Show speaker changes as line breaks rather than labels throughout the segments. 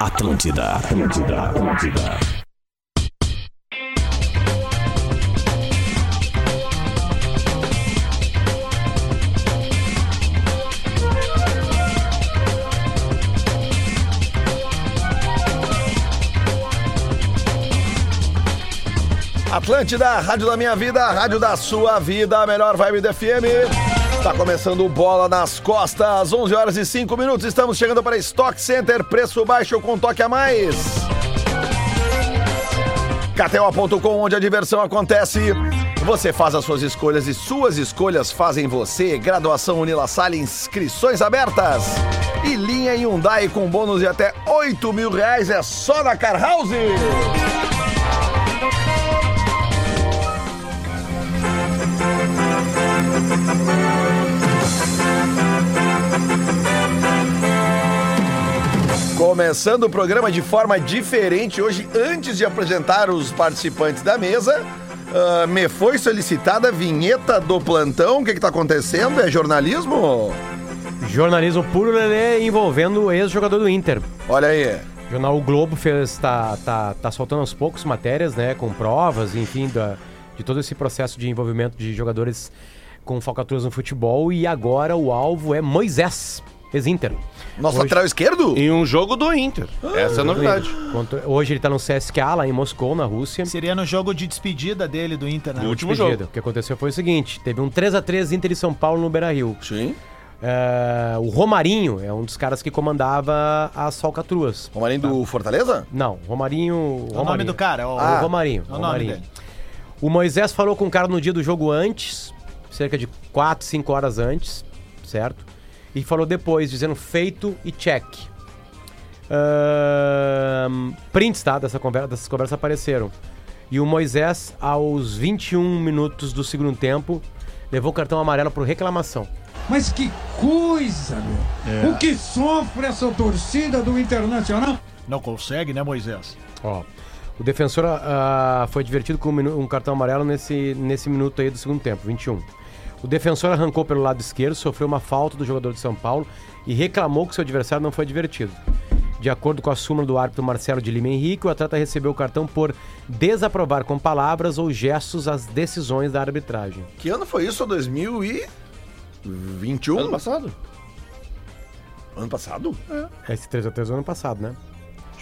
Atlântida, Atlântida, Atlântida.
Atlântida, rádio da minha vida, rádio da sua vida, a melhor vibe da FM. Tá começando o Bola nas Costas, 11 horas e 5 minutos. Estamos chegando para Stock Center, preço baixo com toque a mais. KTO.com, onde a diversão acontece. Você faz as suas escolhas e suas escolhas fazem você. Graduação Unila Salle, inscrições abertas. E linha Hyundai com bônus de até 8 mil reais é só na Car House. Começando o programa de forma diferente hoje, antes de apresentar os participantes da mesa, ah, me foi solicitada a vinheta do plantão. O que está acontecendo? É jornalismo?
Jornalismo puro Lelê envolvendo o ex-jogador do Inter.
Olha aí.
O jornal o Globo fez, tá, tá, tá soltando aos poucos matérias, né? Com provas, enfim, da, de todo esse processo de envolvimento de jogadores com falcatruas no futebol. E agora o alvo é Moisés, ex-Inter.
Nosso lateral esquerdo? Ah,
Em um jogo do Inter. Essa é a novidade.
Contra- Hoje ele tá no CSKA, lá em Moscou, na Rússia.
Seria no jogo de despedida dele do Inter, né?
No último
Despedido.
jogo.
O que aconteceu foi o seguinte: teve um 3x3 Inter e São Paulo no Beira Rio.
Sim.
o Romarinho é um dos caras que comandava as falcatruas.
Romarinho do
Tá.
Fortaleza?
Não, Romarinho.
É o nome do cara, ó.
O
Ah,
Romarinho.
é o nome
Romarinho.
dele.
O Moisés falou com o cara no dia do jogo antes, cerca de 4, 5 horas antes, certo? E falou depois, dizendo feito e check. Ahn, prints, tá? Dessa conversa, dessas conversas apareceram. E o Moisés, aos 21 minutos do segundo tempo, levou o cartão amarelo por reclamação.
Mas que coisa,
É.
meu! O que sofre essa torcida do Internacional?
Não consegue, né, Moisés?
Ó, o defensor ah, foi divertido com um, minu- um cartão amarelo nesse, nesse minuto aí do segundo tempo, 21. O defensor arrancou pelo lado esquerdo, sofreu uma falta do jogador de São Paulo e reclamou que seu adversário não foi divertido. De acordo com a súmula do árbitro Marcelo de Lima Henrique, o atleta recebeu o cartão por desaprovar com palavras ou gestos as decisões da arbitragem.
Que ano foi isso? 2021?
Ano passado.
Ano passado?
Esse 3x3 do ano passado, né?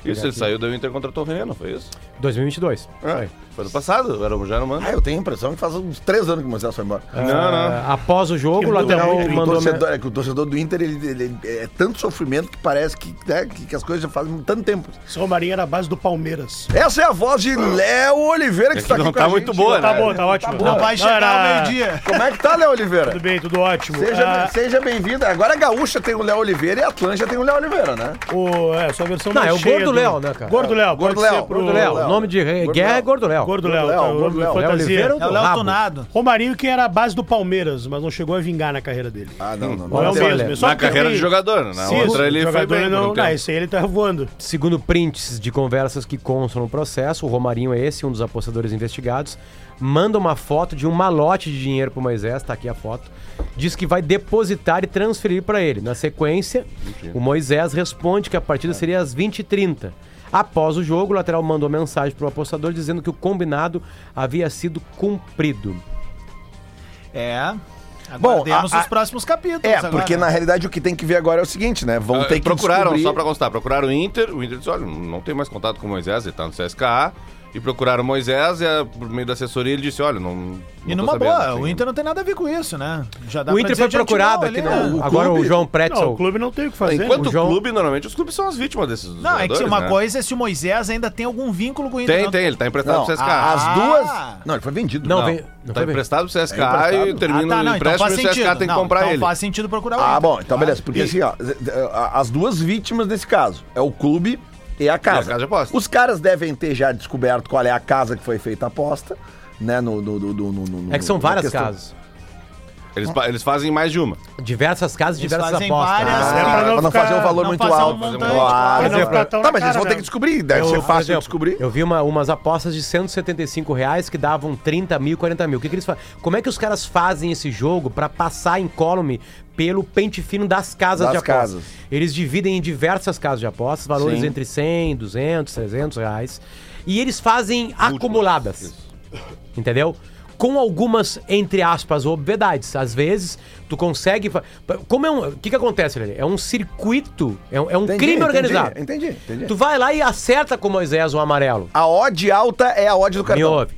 Isso, ele saiu do Inter contra a Torre, não foi isso?
2022.
É. Foi ano passado, era, já era um ano.
Ah, eu tenho a impressão que faz uns três anos que o Moisés foi embora.
Não, não.
Ah, após o jogo, o lateral
É que o,
mandou...
torcedor, é que o torcedor do Inter ele, ele- é tanto sofrimento que parece que, né, que, que as coisas já fazem tanto tempo.
Esse Romarinho era a base do Palmeiras.
Essa é a voz de Léo Oliveira que
É que
está aqui
não
com
tá
a gente.
muito boa,
Tá
né?
bom, tá ótimo.
Não vai chegar
era-
ao meio-dia.
Como é que tá, Léo Oliveira?
Tudo bem, tudo ótimo.
Seja,
Ah,
seja bem-vindo. Agora a Gaúcha tem o Léo Oliveira e a Atlântia tem o Léo Oliveira, né?
o, é, sua versão
Não,
mais
é o
cheia
Gordo
do-
Léo, né, cara?
Gordo Léo,
Gordo
pode
Léo,
ser pro...
Gordo
Léo,
Léo.
o nome de
Gordo
guerra é
Léo.
Gordo Léo.
Gordo
Gordo
Léo,
Léo,
tá, o
Gordo Léo.
fantasia.
Léo Oliveira,
É o Léo
Rabo.
Tonado.
Romarinho que era a base do Palmeiras, mas não chegou a vingar na carreira dele.
Ah, não, não.
Não é o
olha,
mesmo. é só
Na
porque
carreira
ele-
de jogador, né? Na
Sim,
outra ele foi
jogador
bem. por um
não,
tempo.
não, esse aí ele tá voando.
Segundo prints de conversas que constam no processo, o Romarinho é esse, um dos apostadores investigados, manda uma foto de um malote de dinheiro pro Moisés, tá aqui a foto, diz que vai depositar e transferir para ele. Na sequência, o Moisés responde que a partida seria às 20h30. Após o jogo, o lateral mandou mensagem pro apostador dizendo que o combinado havia sido cumprido.
É.
Bom,
Aguardemos
a- a-
os próximos capítulos
É,
agora,
porque
né?
na realidade o que tem que ver agora é o seguinte, né? Vão
Ah,
ter que
procuraram,
descobrir...
só pra constar, procuraram o Inter, o Inter disse, olha, não tem mais contato com o Moisés, ele tá no CSKA, e procuraram o Moisés, e a- por meio da assessoria ele disse, olha, não, não
E
tô
numa
sabendo, assim,
boa,
tem-
o Inter não tem nada a ver com isso, né? Já dá
o
pra
Inter
dizer
foi
de antemão
procurado aqui,
ali,
né?
o
Agora
clube-
o João
Não,
Pretzel.
o clube não tem tá o que fazer.
Enquanto
o
o,
João-
clube, normalmente os clubes são as vítimas desses
Não, é que se uma
né?
coisa é se o Moisés ainda tem algum vínculo com o Inter.
Tem,
não-
tem, ele tá emprestado
Não,
pro CSKA.
a- as
Ah!
duas... Não, ele foi vendido.
Não,
Não,
vem- não
tá
foi bem.
emprestado pro CSKA
É
e
emprestado.
ah,
termina
tá,
o
não, então
empréstimo
faz
e o CSKA
sentido.
tem que
Não,
comprar
então
ele.
faz sentido procurar o
Ah,
Inter.
bom, então beleza. Porque
E-
assim, ó, z- d- a- as duas vítimas nesse caso é o clube e a casa.
E a casa é de aposta.
Os caras devem ter já descoberto qual é a casa que foi feita a aposta, né? No, no, no, no- no- no-
É que são
na
várias
questão.
casas.
Eles, pa- eles fazem mais de uma.
Diversas casas,
Eles
diversas
fazem
apostas.
várias-
É pra não
Ah, pra não
ficar-
fazer um valor
não
muito
passar um
alto.
montante,
pra
claro.
não ficar tão
tá,
na
mas
cara,
eles vão ter
né?
que descobrir. Deve ser
Eu, por
fácil de
exemplo,
descobrir.
Eu vi uma, umas apostas de 175 reais que davam 30 mil, 40 mil. O que, que eles fazem? Como é que os caras fazem esse jogo pra passar em column pelo pente fino das casas
Das
de apostas?
casas.
Eles dividem em diversas casas de apostas, valores
Sim.
entre 100, 200, 300 reais. E eles fazem acumuladas. Entendeu? Com algumas, entre aspas, obviedades. Às vezes, tu consegue. fa- Como é um. O que, que acontece, Lelê? É um circuito, é um, é um
Entendi,
crime
entendi,
organizado.
Entendi, entendi.
Tu vai lá e acerta com Moisés o amarelo.
A odd alta é a odd do
Me
cartão.
ouve.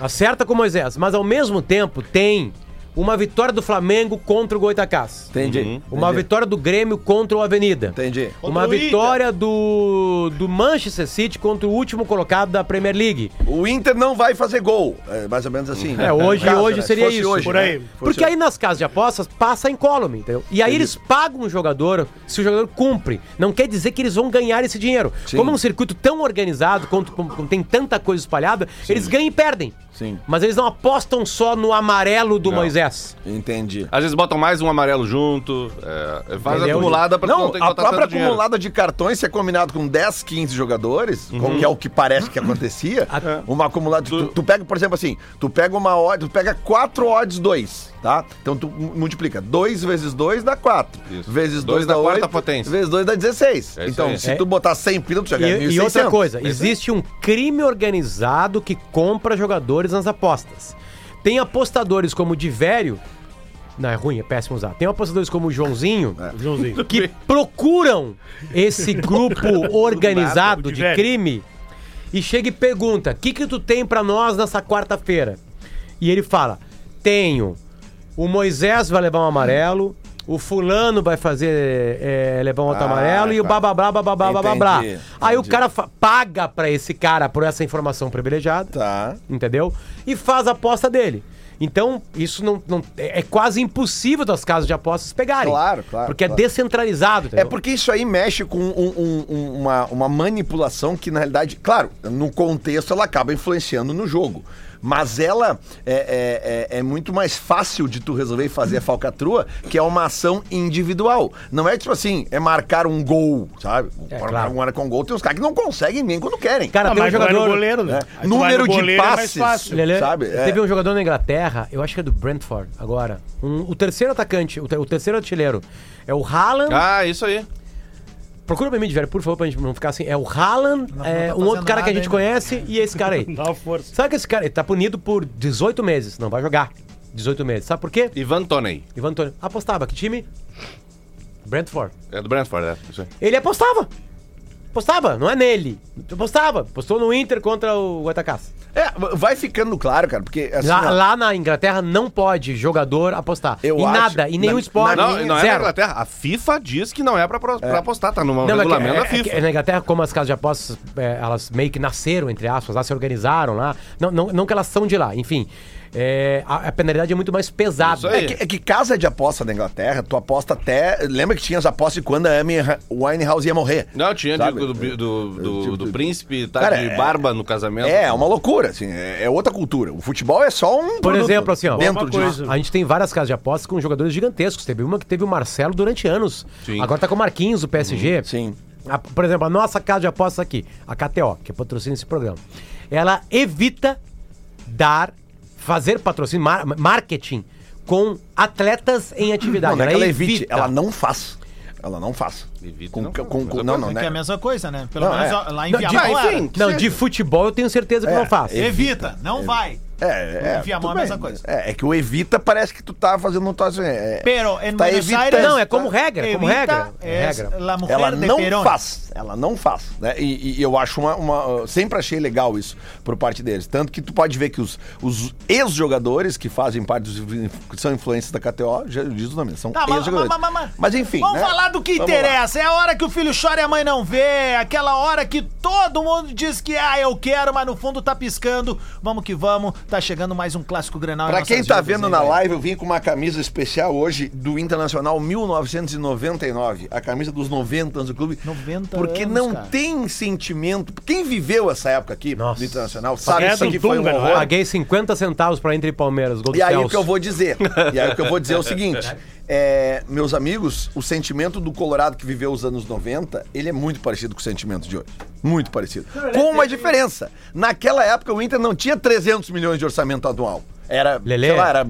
Acerta com Moisés. Mas ao mesmo tempo tem uma vitória do Flamengo contra o Goitacás.
Entendi.
Uhum,
Uma
entendi.
vitória do Grêmio contra o Avenida.
Entendi.
Uma
Contra o
vitória do, do Manchester City contra o último colocado da Premier League.
O Inter não vai fazer gol. É mais ou menos assim.
É, hoje,
Caso,
hoje
né?
seria
Fosse
isso.
hoje,
Por
né?
aí.
Fosse
Porque aí nas casas de apostas passa em column, entendeu? E aí eles pagam o jogador se o jogador cumpre. Não quer dizer que eles vão ganhar esse dinheiro.
Sim.
Como é um circuito tão organizado, quanto, como, como tem tanta coisa espalhada, eles ganham e perdem.
Sim.
Mas eles não apostam só no amarelo do
Não.
Moisés.
Entendi.
Às vezes botam mais um amarelo junto. É, faz
Entendeu?
acumulada pra
Não,
ter
a própria
tanto dinheiro.
acumulada de cartões, se é combinado com 10, 15 jogadores,
Uhum.
como que é o que parece que acontecia, É. uma acumulada. de- Tu, tu pega, por exemplo, assim, tu pega uma odd, tu pega 4 odds 2, tá? Então tu mu- multiplica 2 vezes 2 dá 4.
Isso.
Vezes
Dois
2 dá
dá quarta
8.
potência.
Vezes 2 dá 16.
É isso
então,
aí.
se
É.
tu botar 100 pila, tu já ganha
E,
1.600.
e outra coisa, existe um crime organizado que compra jogadores nas apostas. Tem apostadores como o Divério. Não, é ruim, é péssimo usar. Tem apostadores como o Joãozinho
É.
Joãozinho.
que procuram esse grupo organizado
nada, o
de
Divério.
crime e chega e pergunta: o que, que tu tem pra nós nessa quarta-feira? E ele fala: tenho. O Moisés vai levar um amarelo. O fulano vai fazer é, levar um outro
Ah,
amarelo e o
claro.
bababrá, bababrá, bababrá.
Entendi,
Aí o
entendi.
cara fa- paga pra esse cara por essa informação privilegiada
Tá.
entendeu? E faz a aposta dele. Então, isso não, não- é é quase impossível das casas de apostas pegarem.
Claro, claro,
Porque
claro.
é descentralizado.
É
entendeu?
porque isso aí mexe com um- um- um- uma, uma manipulação que, na realidade, claro, no contexto ela acaba influenciando no jogo. Mas ela é, é- é- é muito mais fácil de tu resolver e fazer a falcatrua, que é uma ação individual. Não é tipo assim, é marcar um gol, sabe?
É,
Agora,
claro.
Agora com um gol tem uns caras que não conseguem nem quando querem.
Ah,
Cara, tem um
mas vai no
jogador.
goleiro, né?
né?
Aí tu vai
Número
no
de
goleiro, é mais
passes,
fácil.
Lele,
sabe? É.
Teve um jogador na Inglaterra, eu acho que é do Brentford agora. um- o terceiro atacante, o, te- o terceiro artilheiro. É o Haaland.
Ah, isso aí.
Procura pra mim, Diver, por favor, pra gente não ficar assim. É o Haaland, é,
tá
um outro
fazendo
cara que a
nada
gente
ainda.
conhece e esse cara aí.
Dá uma força.
Sabe que esse cara ele tá punido por 18 meses, não vai jogar. 18 meses. Sabe por quê?
Ivan Toney.
Ivan Antônio. Apostava, que time? Brentford.
É do Brentford, é. Isso aí.
Ele apostava. Apostava, não é nele. Apostava. Postou no Inter contra o Goitacás.
É, vai ficando claro, cara, porque assim,
Lá,
ó,
lá na Inglaterra não pode jogador apostar.
Eu
em
acho-
nada, em nenhum
na-
esporte.
Não, não é na
zero.
Inglaterra. A FIFA diz que não é pra, pro- pra apostar, tá no
Não, é que-
regulamento
é-
da
é
FIFA.
que na Inglaterra, como as casas de apostas, é, elas meio que nasceram, entre aspas, lá se organizaram lá. Não, não, não que elas são de lá, enfim. É, a, a penalidade é muito mais
Isso
pesada.
aí.
É que, é que casa de aposta na Inglaterra, tu aposta até. Lembra que tinha as apostas de quando a Amy Winehouse ia morrer?
Não, tinha de-
Sabe?
do, do, do-
Tipo,
do príncipe, tá
Cara,
de
é-
barba no casamento.
É, é uma loucura, assim. É é outra cultura. O futebol é só um.
Por
produto
exemplo, assim, ó,
Dentro
uma
disso.
coisa.
A gente tem várias casas de apostas com jogadores gigantescos. Teve uma que teve o Marcelo durante anos.
Sim.
Agora tá com o Marquinhos, o PSG.
Uhum. sim.
A- por exemplo, a nossa casa de apostas aqui, a KTO, que patrocina esse programa. Ela evita dar, fazer patrocínio, mar- marketing com atletas em atividade.
Não, não é que ela evite, ela não faz. Ela não faz.
Evita,
com,
não
com,
faz.
com-
Mesma
não,
coisa
não,
É que é a
né?
mesma coisa, né? Pelo
Não,
menos
é.
ó, lá em
Não,
Viamão
de-
era.
enfim.
Não, de futebol eu tenho certeza que
É,
não faz.
é.
Evita, não vai.
É, é.
Em Viamão
tudo
é a
bem.
mesma coisa.
É, é que o evita parece que tu tá fazendo um troço. É,
Pero, em
Tá
Buenos
evitando.
Aires.
Não, é como regra, é como regra. É
Es
regra.
la mujer
Ela
de
não
Perón.
faz, ela não faz, né? E, e eu acho uma, uma- Sempre achei legal isso por parte deles. Tanto que tu pode ver que os, os ex-jogadores que fazem parte dos influ- que são influências da KTO, já diz o nome, são
Tá, mas,
ex-jogadores.
mas,
Mas,
mas, mas-
enfim.
Vamos
né?
falar do que
Vamos lá.
interessa. É a hora que o filho chora e a mãe não vê. Aquela hora que todo mundo diz que, ah, eu quero, mas no fundo tá piscando. Vamos que vamos. Tá chegando mais um clássico Grenal. em
Pra
nossas
quem tá
vidas,
vendo
hein,
na
velho?
live, eu vim com uma camisa especial hoje do Internacional 1999. A camisa dos 90 anos do clube.
90
Porque
anos,
não
cara.
tem sentimento. Quem viveu essa época aqui
Nossa.
do Internacional sabe que
é
isso
do
aqui foi um
Dunga, não é?
horror.
Paguei 50 centavos pra entre Palmeiras, gol do
E aí
Celso.
o que eu vou dizer? E aí o que eu vou dizer é o seguinte: é, meus amigos, o sentimento do Colorado que viveu os anos 90, ele é muito parecido com o sentimento de hoje. Muito parecido. Com uma diferença. Naquela época o Inter não tinha 300 milhões de orçamento anual. Era,
Lelê.
sei lá, era...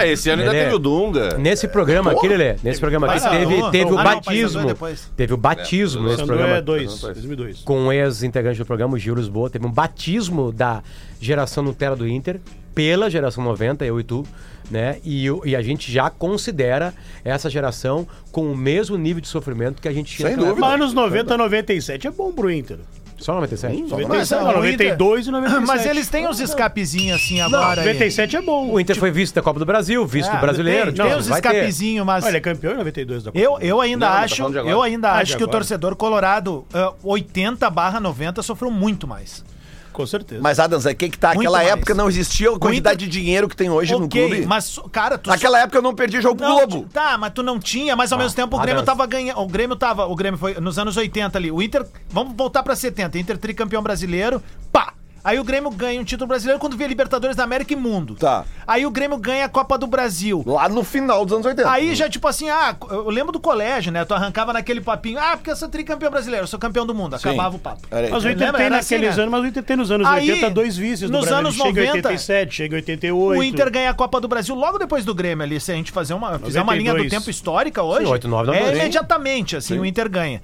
é,
É, esse ano ainda
Lelê.
teve o Dunga.
Nesse programa aqui, Lelê, nesse programa aqui,
Mas,
teve,
ah,
teve
não,
o
ah, não,
batismo.
Paysandu é depois.
Teve o batismo nesse
Sandu é
programa.
2, 2002.
Com um ex-integrante do programa, o Gil Lisboa, teve um batismo da geração Nutella do Inter pela geração 90, eu e tu, né? E, o- e a gente já considera essa geração com o mesmo nível de sofrimento que a gente tinha.
Sem
naquela
dúvida.
Mas anos 90 97 é bom pro Inter.
época. Só 97?
Só
97,
não,
não,
o Inter-
92 e 97.
Mas
é
eles têm uns escapezinhos assim agora. aí.
97 é bom.
O Inter foi vice da Copa do Brasil, vice do brasileiro.
Ah, Tem,
tipo,
tem uns
vai ter.
escapezinhos, mas.
Olha, ele é campeão em 92 da Copa.
Eu, eu ainda
Não, não, tá
acho,
falando de agora.
eu ainda
Ah, de
acho que o
agora.
torcedor colorado ah, 80 barra 90 sofreu muito mais.
Com certeza.
Mas, Adams, é que que tá?
Muito
Aquela
mais.
época não existia a quantidade de dinheiro que tem hoje no clube.
mas cara, tu
Naquela época eu não perdi jogo
não,
Globo.
Tá, mas tu não tinha, mas ao mesmo tempo o
ah,
Grêmio
dança.
tava ganhando. O Grêmio tava, o Grêmio foi nos anos 80 ali. O Inter, vamos voltar pra 70, Inter tricampeão brasileiro, pá. Aí o Grêmio ganha um título brasileiro quando vê Libertadores da América e Mundo.
Tá.
Aí o Grêmio ganha a Copa do Brasil.
Lá no final dos anos 80.
Aí já, tipo assim, ah, eu lembro do colégio, né? Tu arrancava naquele papinho, ah, porque eu sou tricampeão brasileiro, eu sou campeão do mundo. Acabava o papo.
Olha aí.
Mas o Inter
Lembra?
tem
Era
naqueles
assim, né?
anos, mas o Inter tem nos anos
Aí,
80 dois vices
nos
do Brasil.
anos
Ele chega
90,
em 87, chega em 88.
O Inter ganha a Copa do Brasil logo depois do Grêmio ali. Se a gente fazer uma, fizer uma linha do
92.
tempo histórica hoje,
Sim, 8, 9 da
é
manhã.
imediatamente, assim, o Inter ganha.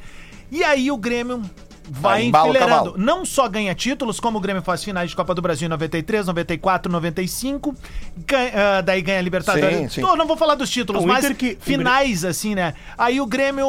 E aí o Grêmio vai
Aí embala o
enfileirando.
cavalo.
Não só ganha títulos, como o Grêmio faz finais de Copa do Brasil em 93, 94, 95. ganha- ah, daí ganha Libertadores.
Sim, sim.
Tô, não vou falar dos títulos,
Não, o
mas
Inter que-
finais, assim, né? Aí o Grêmio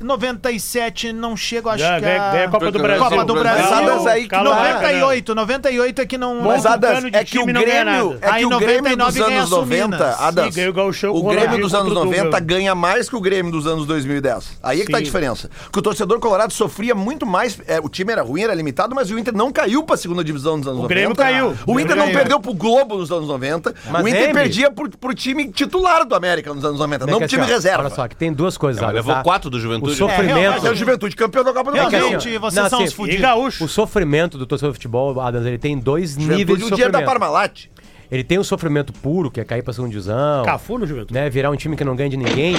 97 não chega, eu acho
Já,
que a...
ganha, ganha a Copa do Brasil.
Copa do Brasil.
Mas Adams aí que não
Cala a boca, né?
98, 98 é que não...
Mas
Monta um
Adams,
cano de
é que o
time e não ganha
Grêmio,
nada.
é
Aí
que o Grêmio dos
99 ganha
anos
a Suminas.
90, Adams,
E ganha o Gauchão
o
com o
Grêmio
Ronaldinho
dos anos
contra o
90
Dunga.
ganha mais que o Grêmio dos anos 2010. Aí é que tá a
Sim.
diferença. Que o torcedor colorado sofria muito mais, é, o time era ruim, era limitado, mas o Inter não caiu pra segunda divisão dos anos 90.
O Grêmio caiu.
O Inter não
Ganhou.
perdeu pro Globo nos anos 90,
Mas
o Inter
lembre-
perdia pro, pro time titular do América nos anos 90, não
que
pro time
assim, ó,
reserva.
Olha só, que tem duas coisas.
É, mas
Adams,
levou
tá?
quatro do Juventude. né?
O sofrimento.
Mas é o Juventude campeão da Copa do
É
É que
Brasil.
Realmente,
assim, ó,
vocês
não,
são
assim,
os
E
fudidos.
gaúcho.
O sofrimento do torcedor de futebol, Adams, ele tem dois níveis
Juventude
de
o dinheiro
sofrimento.
da Parmalat.
Ele tem o sofrimento puro, que é cair pra segunda divisão.
Cafu no Juventude.
Né, virar um time que não ganha de ninguém.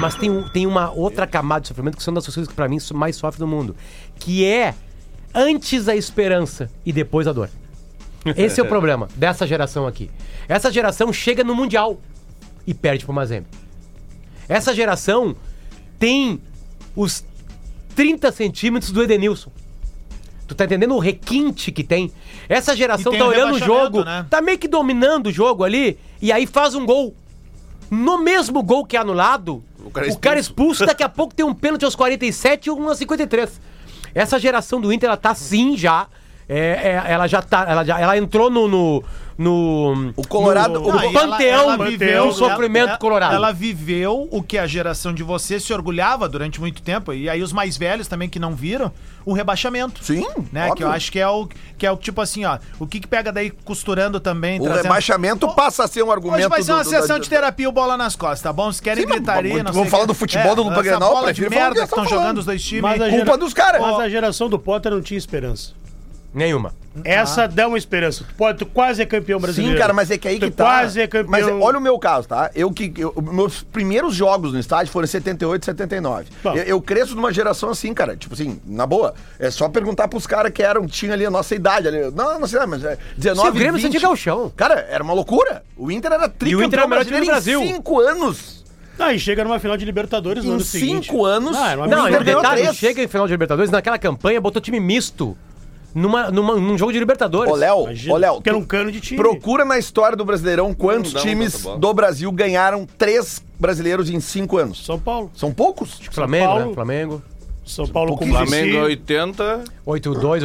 Mas tem, um- tem uma outra camada de sofrimento que são das pessoas que, pra mim, so- mais sofrem do mundo. Que é antes a esperança e depois a dor. Esse é o problema dessa geração aqui. Essa geração chega no Mundial e perde pro Mazembe. Essa geração tem os 30 centímetros do Edenilson. Tu tá entendendo o requinte que tem? Essa geração
E tem
tá
o
olhando o
rebaixamento,
jogo,
né?
tá meio que dominando o jogo ali, e aí faz um gol. No mesmo gol que é anulado, o cara,
cara é expulso.
expulso, daqui a pouco tem um pênalti aos 47 e um aos 53. Essa geração do Inter, ela tá sim já. é, é, ela já tá. Ela, já, ela entrou no. no, no-
O Colorado-
no-
o-
no
Tá Não, e ela-
panteão
ela viveu-
do sofrimento
ela-
colorado.
Ela viveu o que a geração de vocês se orgulhava durante muito tempo, e aí os mais velhos também que não viram, o rebaixamento.
Sim,
Né, que eu
óbvio.
acho que é o que é o tipo assim, ó. O que, que pega daí costurando também?
O rebaixamento passa a ser um argumento.
assim, Hoje vai ser
do-
uma
do-
sessão
da-
de terapia o bola nas costas, tá bom? Vocês querem
Sim, mas
gritaria,
vamos-
não sei
vamos
o
falar
quê. É,
do futebol do Lupa
essa
Grenal,
bola de
prefiro falar do
merda
que
que estão
eu tô
jogando
falando.
os dois times.
Mas a
Culpa
gera-
dos caras.
Mas a geração do Potter não tinha esperança.
Nenhuma.
Essa dá uma esperança. Tu, pode, tu quase é campeão brasileiro.
Ah. Sim, cara, mas é que aí
tu
que tá.
quase é campeão.
Mas olha o meu caso, tá? Eu que eu- meus primeiros jogos no estádio foram em 78, 79.
Bom.
Eu, eu cresço numa geração assim, cara, tipo assim, na boa. É só perguntar pros caras que eram, tinha ali a nossa idade ali. Não, não sei, lá, mas é 19,
Se o Grêmio
20.
sentia gauchão.
Cara, era uma loucura. O Inter era tricampeão
E o Inter é o melhor time do
brasileiro em
Brasil.
cinco anos.
Aí chega numa final de Libertadores no
Em
ano seguinte.
cinco anos.
Ah, era uma
Não,
o
e o
Inter ganhou
detalhe,
três.
chega em final de Libertadores, naquela campanha, botou time misto numa, numa- num jogo de Libertadores.
Ô, Léo,
Imagina,
ô, Léo,
porque era
tu
um cano de time.
Procura na história do Brasileirão quantos
Não dá uma
times
tanta bola.
do Brasil ganharam três brasileiros em cinco anos.
São Paulo.
São poucos?
Flamengo,
Paulo.
né? Flamengo.
São Paulo com
Flamengo é
Flamengo.
80,
8-2,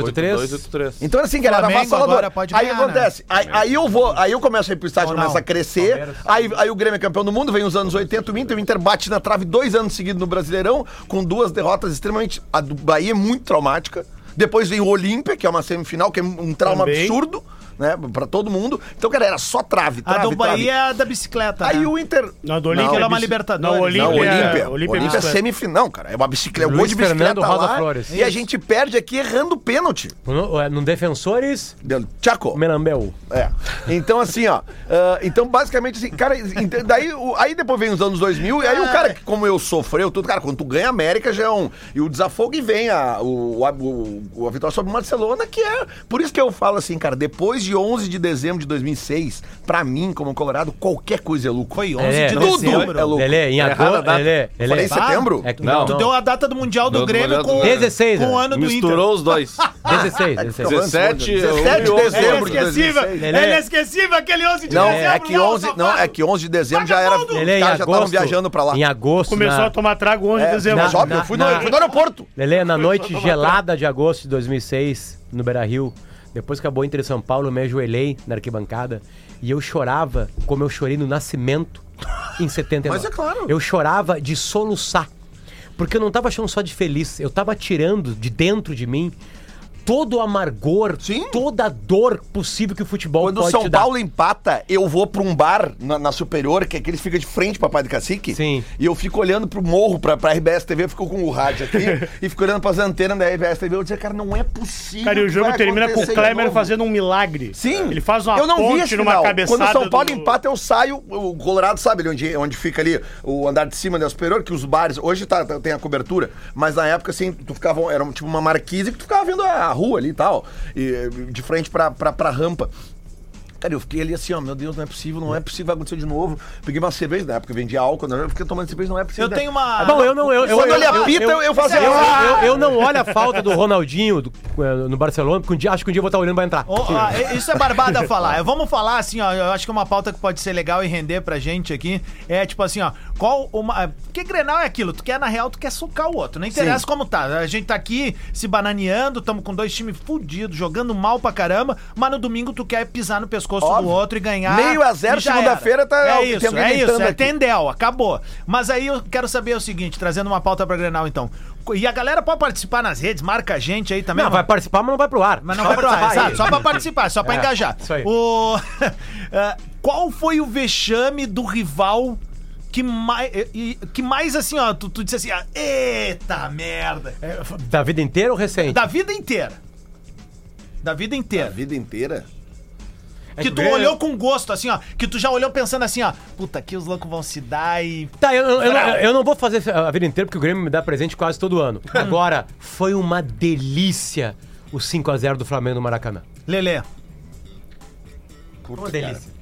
82,
8-3.
83.
Então assim, galera,
Flamengo
avassalador.
agora pode
Aí
ganhar,
acontece, aí, aí eu vou, aí eu começo a ir pro estádio,
Ou
começa
não.
a crescer, aí, aí o Grêmio é campeão do mundo, vem os anos 80, o Inter, o Inter bate na trave dois anos seguidos no Brasileirão, com duas derrotas extremamente... A do Bahia é muito traumática, depois vem o Olímpia, que é uma semifinal, que é um trauma
Também.
absurdo, né? Pra todo mundo. Então, cara, era só trave,
A
trave,
do
trave.
Bahia é a da bicicleta.
Aí
né?
o Inter...
Não, do Olímpia
Não,
é
ela é uma
bici-
Libertadores.
Não,
Não,
Olímpia,
Olímpia.
Olímpia é
Olímpia é
bicicleta.
semifinal, cara. É uma bicicleta, um
Luiz
gol de bicicleta
Fernando Rosa
lá.
Flores.
E a gente perde aqui errando o pênalti.
No, é, no Defensores,
Del Chaco.
Menambeu.
É. Então, assim, ó. ah, então, basicamente, assim, cara, ent- daí, o- aí depois vem os anos 2000, e aí o cara, que, como eu, sofreu tudo, cara, quando tu ganha a América, já é um. E o desafogo e vem a, o, a, o- a vitória sobre o Barcelona, que é. Por isso que eu falo assim, cara, depois de 11 de dezembro de 2006, pra mim, como Colorado, qualquer coisa é lucro.
Foi 11 de
É, tudo
dezembro.
é louco. tá?
Lele, em
Errada a
agosto. é,
data.
Lele,
Eu falei em
Lele.
setembro?
É que-
Não.
não,
Tu deu a data do Mundial do
Deu do
Grêmio
Mundial do
com,
Grêmio.
16,
com o
né?
ano do
Misturou
Inter.
os dois.
16, 16.
É
17,
17 de
um e onze.
É
dezembro de
inesquecível,
2006.
Lelê.
é inesquecível aquele 11 de
Não,
dezembro.
é que 11, não, é que 11 de dezembro já era, os
Vagabundo!
Lele, é em
caras já estavam
agosto.
viajando pra lá.
Em agosto.
Começou
na-
a tomar trago 11 de
É,
dezembro.
mas óbvio, eu fui,
na-
no, eu fui no aeroporto.
Lele, na noite gelada de agosto de 2006, no Beira Rio, depois que acabou o Inter e São Paulo, eu me ajoelhei na arquibancada e eu chorava como eu chorei no nascimento em 79.
Mas é claro.
Eu chorava de soluçar. Porque eu não tava achando só de feliz, eu tava tirando de dentro de mim todo o amargor,
Sim.
toda a dor possível que o futebol
Quando o
pode
São
te dar.
Paulo empata, eu vou pra um bar na, na Superior, que é que eles ficam de frente pra Pai do Cacique.
Sim.
E eu fico olhando pro morro, pra, pra RBS TV, eu fico com o rádio aqui, e fico olhando pras antenas da RBS TV. Eu dizia, cara, não é possível.
Cara, e o
que
jogo
vai
termina com o
acontecer de
Klemer
novo.
fazendo um milagre.
Sim.
Ele faz uma
eu não vi
ponte
esse
numa
final.
cabeçada.
Quando o São Paulo
do-
empata, eu saio. O Colorado sabe ali onde, onde fica ali o andar de cima da superior, que os bares. Hoje tá, tá- tem a cobertura, mas na época, assim, tu ficava. Era tipo uma marquise que tu ficava vendo a rua ali e tal. E, de frente pra, pra, pra rampa. Cara, eu fiquei ali assim, ó, meu Deus, não é possível, não é possível, vai acontecer de novo. Peguei uma cerveja na época, eu vendia álcool, né? eu fiquei tomando cerveja, não é possível.
Eu
né?
tenho uma...
Bom, eu Ah, não. Eu, eu,
Quando
eu,
ele apita, eu- eu faço-
Eu, eu- eu não olho a falta do Ronaldinho do- no Barcelona, porque um dia, acho que um dia eu vou estar olhando e vai entrar.
Ô, ah, e- isso é barbada falar. Vamos falar assim, ó. Eu acho que uma pauta que pode ser legal e render pra gente aqui é tipo assim, ó. Qual uma. Porque grenal é aquilo? Tu quer, na real, tu quer socar o outro. Não interessa como tá. A gente tá aqui se bananeando, tamo com dois times fudidos, jogando mal pra caramba, mas no domingo tu quer pisar no pescoço do
Óbvio.
outro e ganhar.
Meio a zero,
e já
segunda-feira tá-
É
tem
isso,
alguém
é isso.
gritando
É
aqui.
Tendel, acabou. Mas aí eu quero saber o seguinte, trazendo uma pauta pra grenal então. E a galera pode participar nas redes, marca a gente aí também.
Não, vai participar, mas não vai pro ar.
Mas não vai pra
ar.
lá, exato, só pra participar, só pra
É,
engajar.
isso aí.
O... Eh, qual foi o vexame do rival que mais, que mais assim, ó, tu, tu disse assim, ah, eita merda, É,
Da vida inteira ou recente?
da vida inteira. Da vida inteira.
A vida inteira.
É
Que tu
ganha-
olhou com gosto, assim, ó. Que tu já olhou pensando assim, ó. Puta, que os loucos vão se dar e.
Tá, eu, eu- eu não- eu não vou fazer a vida inteira, porque o Grêmio me dá presente quase todo ano. Agora, foi uma delícia o 5x0 do Flamengo no Maracanã.
Lelê.
uma delícia.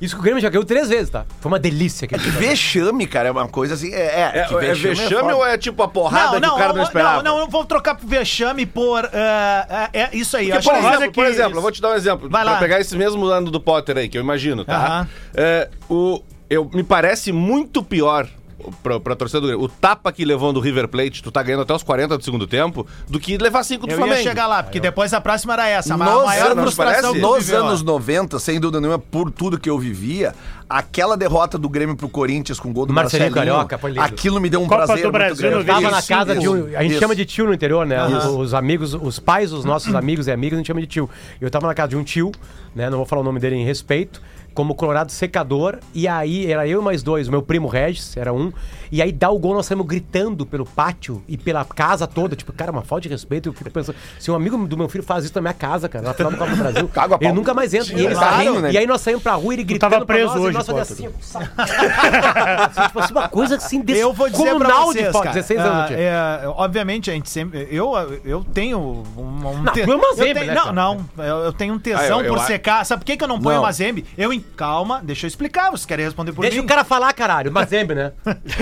Isso que o Grêmio já ganhou três vezes, tá? Foi uma delícia. aquele jogo.
Vexame, cara, é uma coisa assim. É, é,
É,
que
é vexame
foda.
ou é tipo a porrada que o cara não
eu-
esperava?
não, eu vou trocar pro vexame por. ah, é, é isso aí. eu
Porque, por
que-
exemplo, por exemplo, eu vou te dar um exemplo.
Vai lá.
Pra pegar esse mesmo ano do Potter aí, que eu imagino, tá?
Aham.
É, o, eu, me parece muito pior pra, pra torcida do Grêmio. O tapa que levou do River Plate, tu tá ganhando até os 40 do segundo tempo, do que levar 5 do
Eu
Flamengo.
ia chegar lá, porque depois a próxima era essa. Tá, Mas a
Nos
maior
anos-
frustração
parece?
que tu
Nos
viveu, ó.
anos 90, sem dúvida nenhuma, por tudo que eu vivia, aquela derrota do Grêmio pro Corinthians com o gol do
Marcelinho
Marcelinho,
Carioca, foi lindo.
aquilo me deu um
Copa
prazer
do Brasil
muito
no
grande.
Tava na casa de um. A gente
Isso.
chama de tio no interior, né? Os, os amigos, os pais, os nossos amigos e amigas, a gente chama de tio. Eu tava na casa de um tio, né? Não vou falar o nome dele em respeito. Como Colorado Secador, e aí era eu e mais dois, o meu primo Regis, era um, e aí dá o gol, nós saímos gritando pelo pátio e pela casa toda, tipo, cara, uma falta de respeito. Eu fico pensando, se um amigo do meu filho faz isso na minha casa, cara, na final do Copa do Brasil,
Cago a pau.
ele nunca mais entra. E, ele
Claro,
saiu,
né?
e aí nós saímos pra rua e ele gritando.
tava preso
pra nós,
hoje,
e nós fazia
Potter.
assim, ó, sabe? assim, tipo assim, uma coisa assim, desse,
Eu vou dizer pra
comunal
vocês,
de, pau,
cara.
16 anos,
ah,
tio.
é, obviamente, a gente sempre... Eu, eu tenho um... um
Não,
te-
põe o Mazembe,
eu tenho-
né,
Não,
cara?
não. Eu, eu tenho um tesão
Ah, eu- eu
por
a-
secar. Sabe por que, que eu não ponho
Não.
uma Mazembe? Eu... em- Calma, deixa eu explicar. Vocês querem responder por
Deixa
mim?
o cara falar, caralho. Mazembe, né?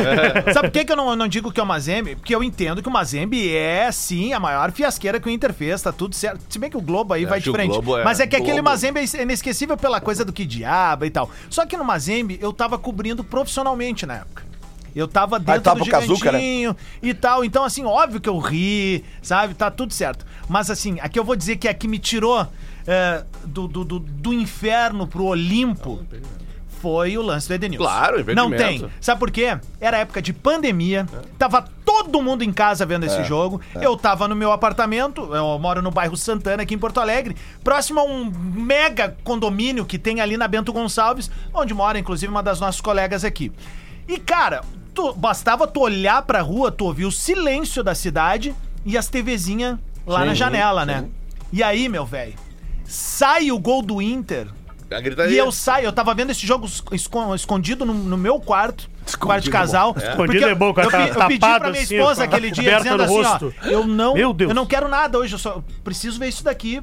Sabe por que, que eu não, eu não digo que é o Mazembe? Porque eu entendo que o Mazembe é, sim, a maior fiasqueira que o Inter fez, tá tudo certo. Se bem que o Globo aí vai
acho que
de
o
frente.
Globo é
Mas é que aquele
Globo.
Mazembe é inesquecível pela coisa do que diaba e tal. Só que no Mazembe eu tava cobrindo profissionalmente na época. Eu
Ah,
tava dentro
tava
do
o Kazuca, né?
gigantinho e tal. Então, assim, óbvio que eu ri, sabe? Tá tudo certo. Mas, assim, aqui eu vou dizer que a que me tirou é, do, do, do, do inferno pro Olimpo foi o lance do Edenilson.
Claro,
Não
impedimento.
tem. Sabe por quê? Era época de pandemia, tava todo mundo em casa vendo esse jogo. Eu tava no meu apartamento, eu moro no bairro Santana, aqui em Porto Alegre, próximo a um mega condomínio que tem ali na Bento Gonçalves, onde mora, inclusive, uma das nossas colegas aqui. E, cara, tu- bastava tu olhar pra rua, tu ouvir o silêncio da cidade e as TVzinhas lá na janela, né? E aí, meu velho, sai o gol do Inter.
A gritaria.
E eu saio, eu tava vendo esse jogo esco- escondido no, no meu quarto. quarto de casal.
Escondido
porque
é bom, com
eu,
a
pe- eu
ta-
pedi
tapado
pra minha
assim,
esposa
com a
aquele dia
coberta
dizendo
no
assim,
rosto.
ó, eu não,
Meu Deus.
eu não quero nada hoje, eu só preciso ver isso daqui,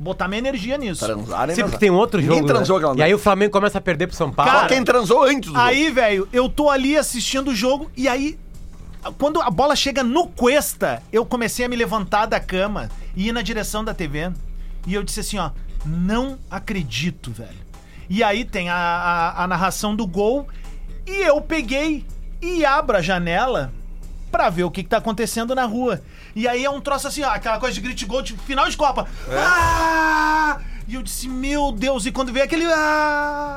botar minha energia nisso.
Transar, hein,
Sempre
meu?
que tem outro
Ninguém
jogo. né?
transou aquela
E aí o Flamengo começa a perder pro São Paulo.
Só
Cara,
quem transou antes do jogo.
Aí, velho, eu tô ali assistindo o jogo e aí. Quando a bola chega no Cuesta, eu comecei a me levantar da cama e ir na direção da TV. E eu disse assim, ó, não acredito, velho. E aí tem a, a- a narração do gol. E eu peguei e abro a janela pra ver o que, que tá acontecendo na rua. E aí é um troço assim, ó, aquela coisa de grito de gol de final de Copa. Ah! E eu disse, meu Deus, e quando veio aquele.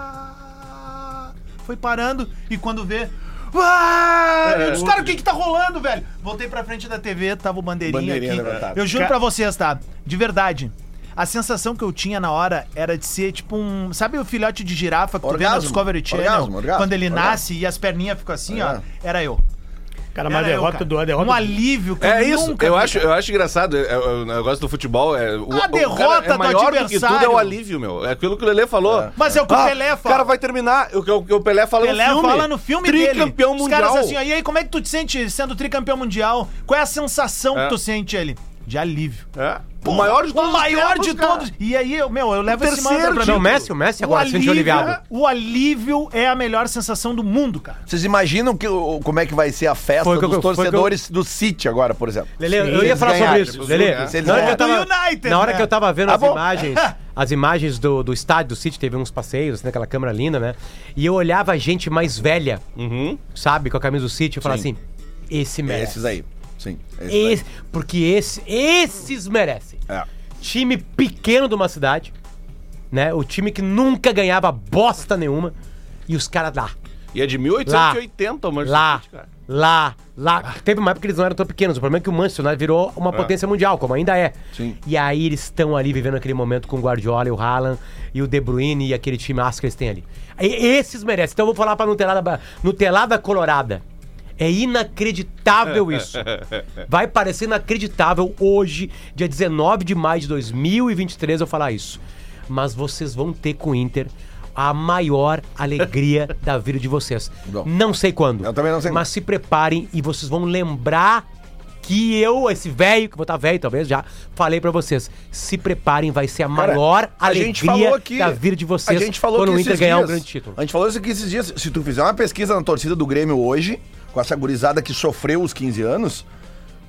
Ah! Foi parando e quando vê. Ah!
É,
Eu disse, cara, o que que tá rolando, velho? Voltei pra frente da TV, tava o bandeirinha,
Bandeirinha
aqui.
levantada.
Eu juro pra vocês, tá? De verdade. A sensação que eu tinha na hora era de ser tipo um. Sabe o filhote de girafa que tu vê na
Orgasmo.
Discovery Channel?
Orgasmo, orgasmo,
quando ele
orgasmo.
nasce e as perninhas ficam assim,
É.
ó. Era eu.
Cara, mas a
Era eu,
derrota
cara.
do. A derrota
Um
do-
alívio que
É isso,
nunca
eu
vi,
acho,
cara.
eu acho engraçado. é- é o negócio do futebol é. O, o cara
derrota do
é maior do que
adversário.
tudo é o alívio, meu. É aquilo que o Lele falou.
Mas é o que o
Ah,
Pelé
O cara
fala.
vai terminar. O que o, que o Pelé fala
Pelé
no filme.
fala no filme dele.
Tricampeão
Os
mundial.
caras assim, ó, e aí como é que tu te sente sendo tricampeão mundial? Qual é a sensação
É.
que tu sente ele? De alívio.
É. O maior de todos.
O
os
maior
tempos,
de
cara.
todos. E aí, eu, meu, eu levo esse
terceiro
mantra pra mim.
Não, o Messi, o Messi agora se sente aliviado.
O alívio é a melhor sensação do mundo, cara.
Vocês imaginam que, o- como é que vai ser a festa
Foi que eu-
dos
foi que eu-
torcedores do City agora, por exemplo?
Lele,
Se
eu ia
eles
falar sobre
ganharem.
isso.
Se eles
Lele,
ganharem.
na hora que eu
Do
tava,
United,
na hora
né?
que eu tava vendo
Ah,
as
bom.
imagens, as imagens do, do estádio do City, teve uns passeios, assim, naquela câmera linda, né? E eu olhava a gente mais velha, sabe, com a camisa do City, eu falava
Sim.
assim, esse
É,
merece.
Esses aí. Sim. esses aí.
Esse- porque esse- esses merecem.
É.
Time pequeno de uma cidade, né? O time que nunca ganhava bosta nenhuma. E os caras lá,
E é de 1880 o Manchester
lá,
City, cara.
lá, lá. Teve uma época que eles não eram tão pequenos. O problema é que o Manchester United virou uma potência mundial, como ainda é.
Sim.
E aí eles estão ali vivendo aquele momento com o Guardiola e o Haaland e o De Bruyne e aquele time aço que eles têm ali. E- esses merecem. Então eu vou falar pra Nutelada, Ba- Nutelada Colorada. É inacreditável isso. Vai parecer inacreditável hoje, dia 19 de maio de 2023, eu falar isso. Mas vocês vão ter com o Inter a maior alegria da vida de vocês.
Bom.
Não sei quando.
Eu também não sei
Mas se preparem e vocês vão lembrar que eu, esse velho, que vou estar velho talvez já, falei pra vocês. Se preparem, vai ser a
Cara,
maior
a
alegria
gente falou aqui,
da vida de vocês
a gente falou
quando
que
o Inter
esses
ganhar um
dias-
grande título.
A gente falou isso aqui esses dias. Se tu fizer uma pesquisa na torcida do Grêmio hoje, com essa gurizada que sofreu os 15 anos,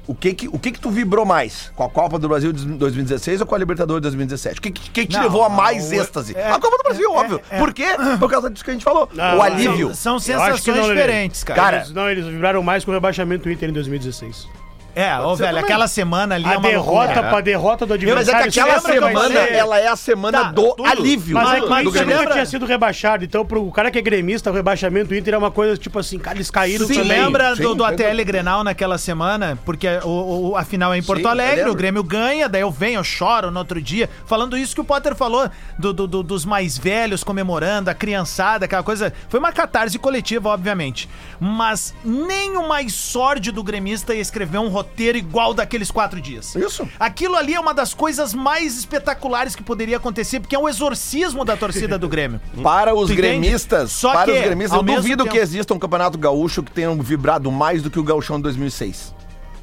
o que que, o que, que tu vibrou mais? Com a Copa do Brasil de 2016 ou com a Libertadores de 2017? O que, que, que te
Não,
levou a
não,
mais
eu-
êxtase?
é-
a Copa do Brasil, óbvio.
é,
Por quê? Por causa disso que a gente falou.
Não,
o
não,
alívio.
São
Eu acho que
sensações
não, Lele.
diferentes, cara.
Cara,
Eles- não, eles vibraram mais com o rebaixamento do Inter em 2016.
é, ô, velho, aquela semana ali é
A
uma
derrota
loucura.
pra derrota do
Mas é
adversário.
que aquela
você lembra que eu
semana,
falei?
ela é a semana
Tá,
do
tudo.
alívio.
Mas é que
Tudo
o
do
Inter
Grêmio.
nunca tinha sido rebaixado. Então, pro cara que é gremista, o rebaixamento do Inter é uma coisa tipo assim, cara, eles caíram
Tu
também.
lembra
sim,
do, do
foi
ATL Grenal naquela semana? Porque o- o- o- a final é em Porto
eu
Alegre,
lembro.
o Grêmio ganha, daí eu venho, eu choro no outro dia. Falando isso que o Potter falou, do- do- do- dos mais velhos comemorando, a criançada, aquela coisa. Foi uma catarse coletiva, obviamente. Mas nem o mais sórdido gremista ia escrever um roteiro igual daqueles quatro dias.
Isso.
Aquilo ali é uma das coisas mais espetaculares que poderia acontecer, porque é um exorcismo da torcida do Grêmio.
Para os
Tu entende?
gremistas,
Só
para
que,
os gremistas,
ao
eu
mesmo
duvido que
tempo-
exista um campeonato gaúcho que tenha vibrado mais do que o gauchão de 2006.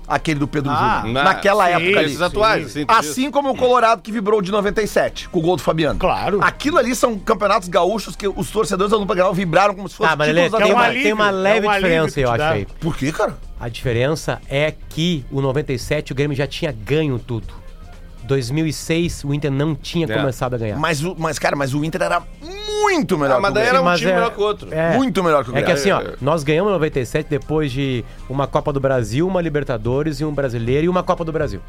Aquele do Pedro
Ah,
Júnior.
na-
Naquela
sim,
época ali.
Esses atuais, assim, tu diz.
Assim como o Colorado que vibrou de 97, com o gol do Fabiano.
Claro.
Aquilo ali são campeonatos gaúchos que os torcedores da Lupa Granal vibraram como se fosse
Tá, mas Lelê,
títulos
tem, uma,
nacionais.
alívio,
tem uma
é um
leve
alívio
diferença,
que te
eu acho
dá.
aí.
Por quê, cara?
A diferença é que o 97 o Grêmio já tinha ganho tudo. 2006 o Inter não tinha
É.
começado a ganhar.
Mas, o- mas, cara, mas o Inter era muito melhor
Ah,
que
mas
o
daí
Grêmio.
era um
Mas
time
é-
melhor que o outro.
É.
Muito melhor que o
É que
Grêmio.
assim, ó, nós ganhamos em 97 depois de uma Copa do Brasil, uma Libertadores e um brasileiro e uma Copa do Brasil.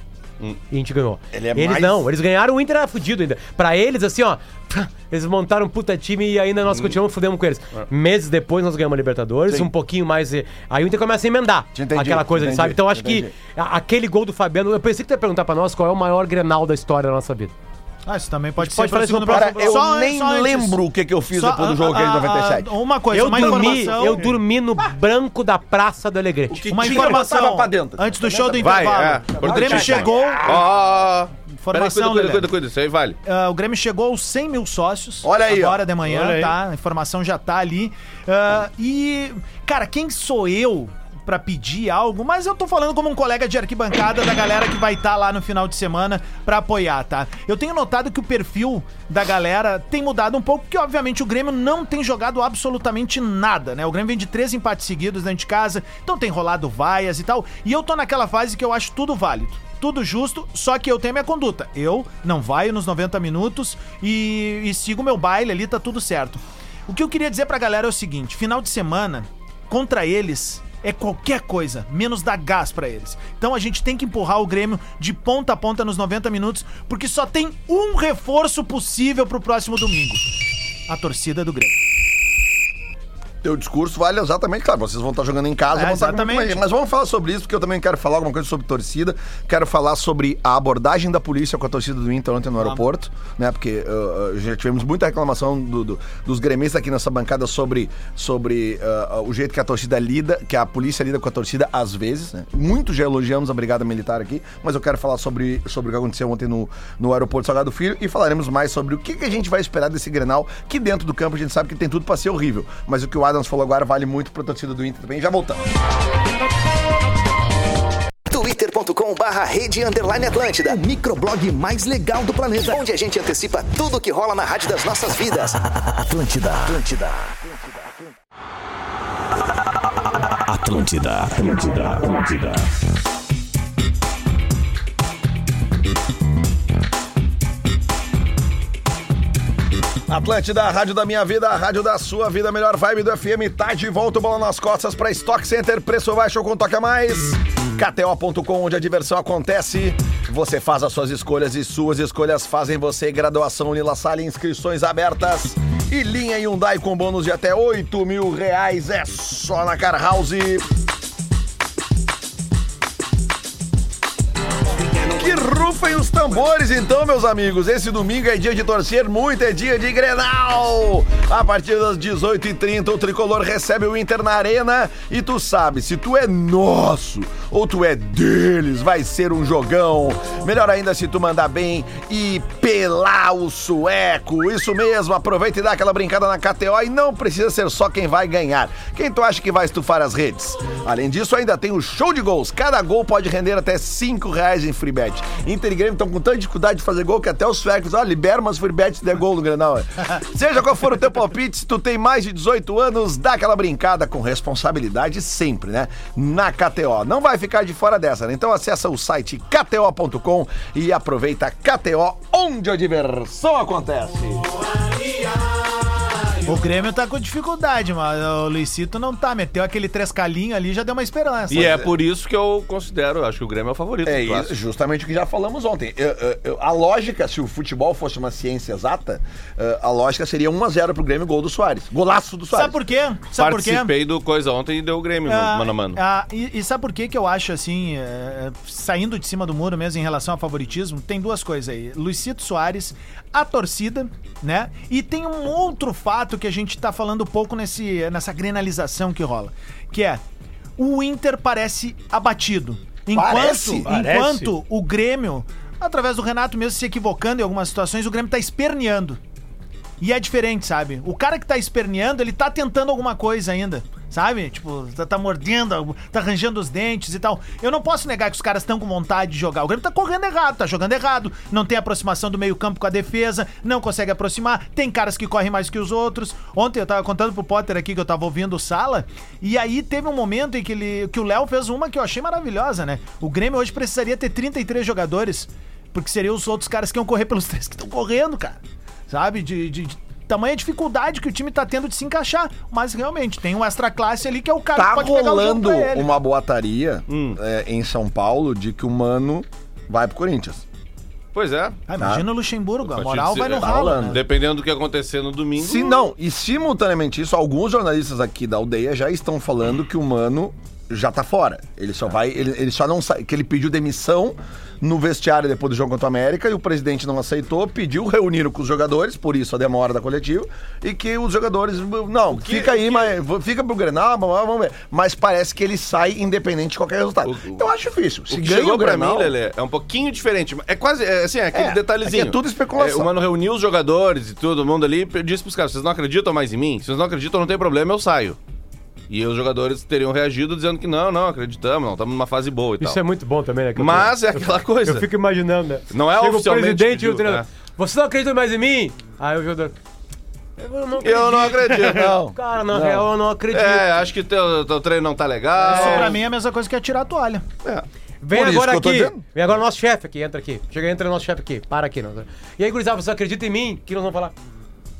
E a gente ganhou.
Ele é
eles
mais-
não, eles ganharam, o Inter era fudido ainda. Pra eles, assim, ó. Eles montaram um puta time e ainda
Hum.
nós continuamos fudendo com eles.
É.
Meses depois nós ganhamos a Libertadores, um pouquinho mais. eh, Aí o Inter começa a emendar
Te entendi,
aquela coisa,
te
sabe?
entendi,
Então acho
te
que
entendi.
a- aquele gol do Fabiano. Eu pensei que tu ia perguntar pra nós qual é o maior grenal da história da nossa vida.
Ah, isso também pode
gente
ser
pode falar
pra
isso
um
no
segunda
Cara,
prova.
eu
Só-
nem
só antes.
lembro o que, que eu fiz
Só-
depois do jogo
ah,
aquele de
ah,
97.
ah, Uma coisa,
Eu
uma
dormi,
informação.
eu dormi no branco da Praça do Alegrete.
que
Uma
tinha,
informação
botava pra dentro.
antes do show do
Vai,
intervalo.
é.
O
Importante.
Grêmio chegou,
Ó,
Informação,
Informação, cuida,
Lelé.
cuida, cuida, isso aí vale.
ah, o Grêmio chegou aos 100 mil sócios.
Olha aí,
Agora
ó.
de manhã,
Olha aí.
tá? A informação já tá ali. Ah, e, cara, quem sou eu pra pedir algo? Mas eu tô falando como um colega de arquibancada da galera que vai estar lá no final de semana pra apoiar, tá? Eu tenho notado que o perfil da galera tem mudado um pouco, porque obviamente o Grêmio não tem jogado absolutamente nada, né? O Grêmio vem de três empates seguidos dentro de casa, então tem rolado vaias e tal. E eu tô naquela fase que eu acho tudo válido tudo justo, só que eu tenho a minha conduta. Eu não vaio nos 90 minutos e, e sigo meu baile ali, tá tudo certo. O que eu queria dizer pra galera é o seguinte: final de semana, contra eles. É qualquer coisa, menos dar gás pra eles. Então a gente tem que empurrar o Grêmio de ponta a ponta nos 90 minutos, porque só tem um reforço possível pro próximo domingo. A torcida do Grêmio.
Teu discurso vale exatamente, claro, vocês vão estar jogando em casa,
É,
vão estar
exatamente.
mas vamos falar sobre isso, porque eu também quero falar alguma coisa sobre torcida, quero falar sobre a abordagem da polícia com a torcida do Inter ontem no aeroporto, né, porque uh, uh, já tivemos muita reclamação do- do- dos gremistas aqui nessa bancada sobre, sobre uh, uh, o jeito que a torcida lida, que a polícia lida com a torcida às vezes, né, muito já elogiamos a Brigada Militar aqui, mas eu quero falar sobre, sobre o que aconteceu ontem no, no aeroporto Salgado Filho e falaremos mais sobre o que, que a gente vai esperar desse Grenal, que dentro do campo a gente sabe que tem tudo pra ser horrível, mas o que o Adams falou agora vale muito pra torcida do Inter também, já voltamos.
twitter.com barra rede underline Atlântida, o microblog mais legal do planeta, onde a gente antecipa tudo que rola na rádio das nossas vidas. Atlântida, Atlântida.
Atlântida, Atlântida, Atlântida.
Atlântida, a rádio da minha vida, a rádio da sua vida, a melhor vibe do FM, tá de volta o bola nas costas pra Stock Center, preço baixo com toca mais. KTO.com, onde a diversão acontece. Você faz as suas escolhas e suas escolhas fazem você. Graduação Lila Salle, inscrições abertas. E linha Hyundai com bônus de até 8 mil reais. É só na Car House. Que rufem os tambores, então, meus amigos. Esse domingo é dia de torcer muito, é dia de Grenal. A partir das 18h30, o Tricolor recebe o Inter na Arena. E tu sabe, se tu é nosso ou tu é deles, vai ser um jogão. Melhor ainda se tu mandar bem e pelar o sueco. Isso mesmo, aproveita e dá aquela brincada na KTO e não precisa ser só quem vai ganhar. Quem tu acha que vai estufar as redes? Além disso, ainda tem o show de gols. Cada gol pode render até 5 reais em free bet. Inter e Grêmio estão com tanta dificuldade de fazer gol que até os suecos, ó, libera umas free bets de gol no Grenal. é. Seja qual for o teu palpite, se tu tem mais de 18 anos, dá aquela brincada com responsabilidade sempre, né? Na KTO. Não vai ficar de fora dessa, né? Então acessa o site kto.com e aproveita a KTO, onde a diversão acontece.
O Grêmio tá com dificuldade, mas o Luicito não tá. Meteu aquele trescalinho ali já deu uma esperança.
E é por isso que eu considero, eu acho que o Grêmio é o favorito.
É
do
isso,
clássico.
justamente o que já falamos ontem. Eu- eu- eu- a lógica, se o futebol fosse uma ciência exata, eh, a lógica seria 1x0 pro Grêmio, gol do Soares. Golaço do Soares.
Sabe por quê? Sabe por quê?
Participei do coisa ontem e deu o Grêmio,
Ah,
mano a mano.
ah, e, e sabe por que que eu acho assim, eh, saindo de cima do muro mesmo em relação a favoritismo, tem duas coisas aí. Luicito Soares, a torcida, né? E tem um outro fato que a gente tá falando pouco nesse, nessa grenalização que rola, que é o Inter parece abatido. Enquanto,
Parece?
enquanto o Grêmio, através do Renato mesmo se equivocando em algumas situações, o Grêmio tá esperneando. E é diferente, sabe? O cara que tá esperneando, ele tá tentando alguma coisa ainda. Sabe? Tipo, tá, tá mordendo, tá arranjando os dentes e tal. Eu não posso negar que os caras estão com vontade de jogar. O Grêmio tá correndo errado, tá jogando errado. Não tem aproximação do meio-campo com a defesa, não consegue aproximar. Tem caras que correm mais que os outros. Ontem eu tava contando pro Potter aqui que eu tava ouvindo o Sala. E aí teve um momento em que, ele, que o Léo fez uma que eu achei maravilhosa, né? O Grêmio hoje precisaria ter 33 jogadores, porque seriam os outros caras que iam correr pelos três que estão correndo, cara sabe? De, de, de tamanha dificuldade que o time tá tendo de se encaixar. Mas realmente, tem um extra classe ali que é o cara
tá
que pode pegar o jogo
rolando
pra ele.
uma boataria eh, em São Paulo de que o Mano vai pro Corinthians.
Pois é.
Ah,
Tá.
imagina o Luxemburgo, a
Só te
moral
dizer,
vai no
tá
ralo.
rolando.
né?
Dependendo do que acontecer no domingo.
Se não, e simultaneamente isso, alguns jornalistas aqui da aldeia já estão falando que o Mano já tá fora. Ele só vai, ele, ele só não sai, que ele pediu demissão no vestiário depois do jogo contra o América e o presidente não aceitou, pediu, reuniram com os jogadores, por isso a demora da coletiva, e que os jogadores, não, fica aí, mas fica pro Grenal, mas vamos ver. Mas parece que ele sai independente de qualquer resultado.
O- o-
então eu acho difícil.
O
Se
que
ganha
chegou
o
pra mim,
Grenal,
Lelê, é um pouquinho diferente. É quase, é, assim, é aquele
É,
detalhezinho.
aqui é tudo especulação.
o Mano reuniu os jogadores e todo mundo ali e disse pros caras, vocês não acreditam mais em mim? Se vocês não acreditam, não tem problema, eu saio. E os jogadores teriam reagido dizendo que não, não, acreditamos, não, estamos numa fase boa e
Isso é
tal.
muito bom também, né? que eu
Então. Mas
tô-
é aquela coisa.
Eu fico imaginando, né?
Não é
Chega o
oficialmente
presidente e
pediu,
o treinador.
né?
Você não acredita mais em mim? Aí o jogador. Eu não acredito.
Eu não acredito.
Cara, na real, eu não acredito.
É, acho que teu, teu treino não tá legal.
Isso pra mim é a mesma coisa que atirar a toalha.
Vem
Por isso
agora
que eu tô
aqui.
dizendo.
Vem agora o nosso chefe aqui, entra aqui. Chega, entra o nosso chefe aqui. Para aqui. Não. tá? E aí, gurizada, você acredita em mim? Que nós vamos falar?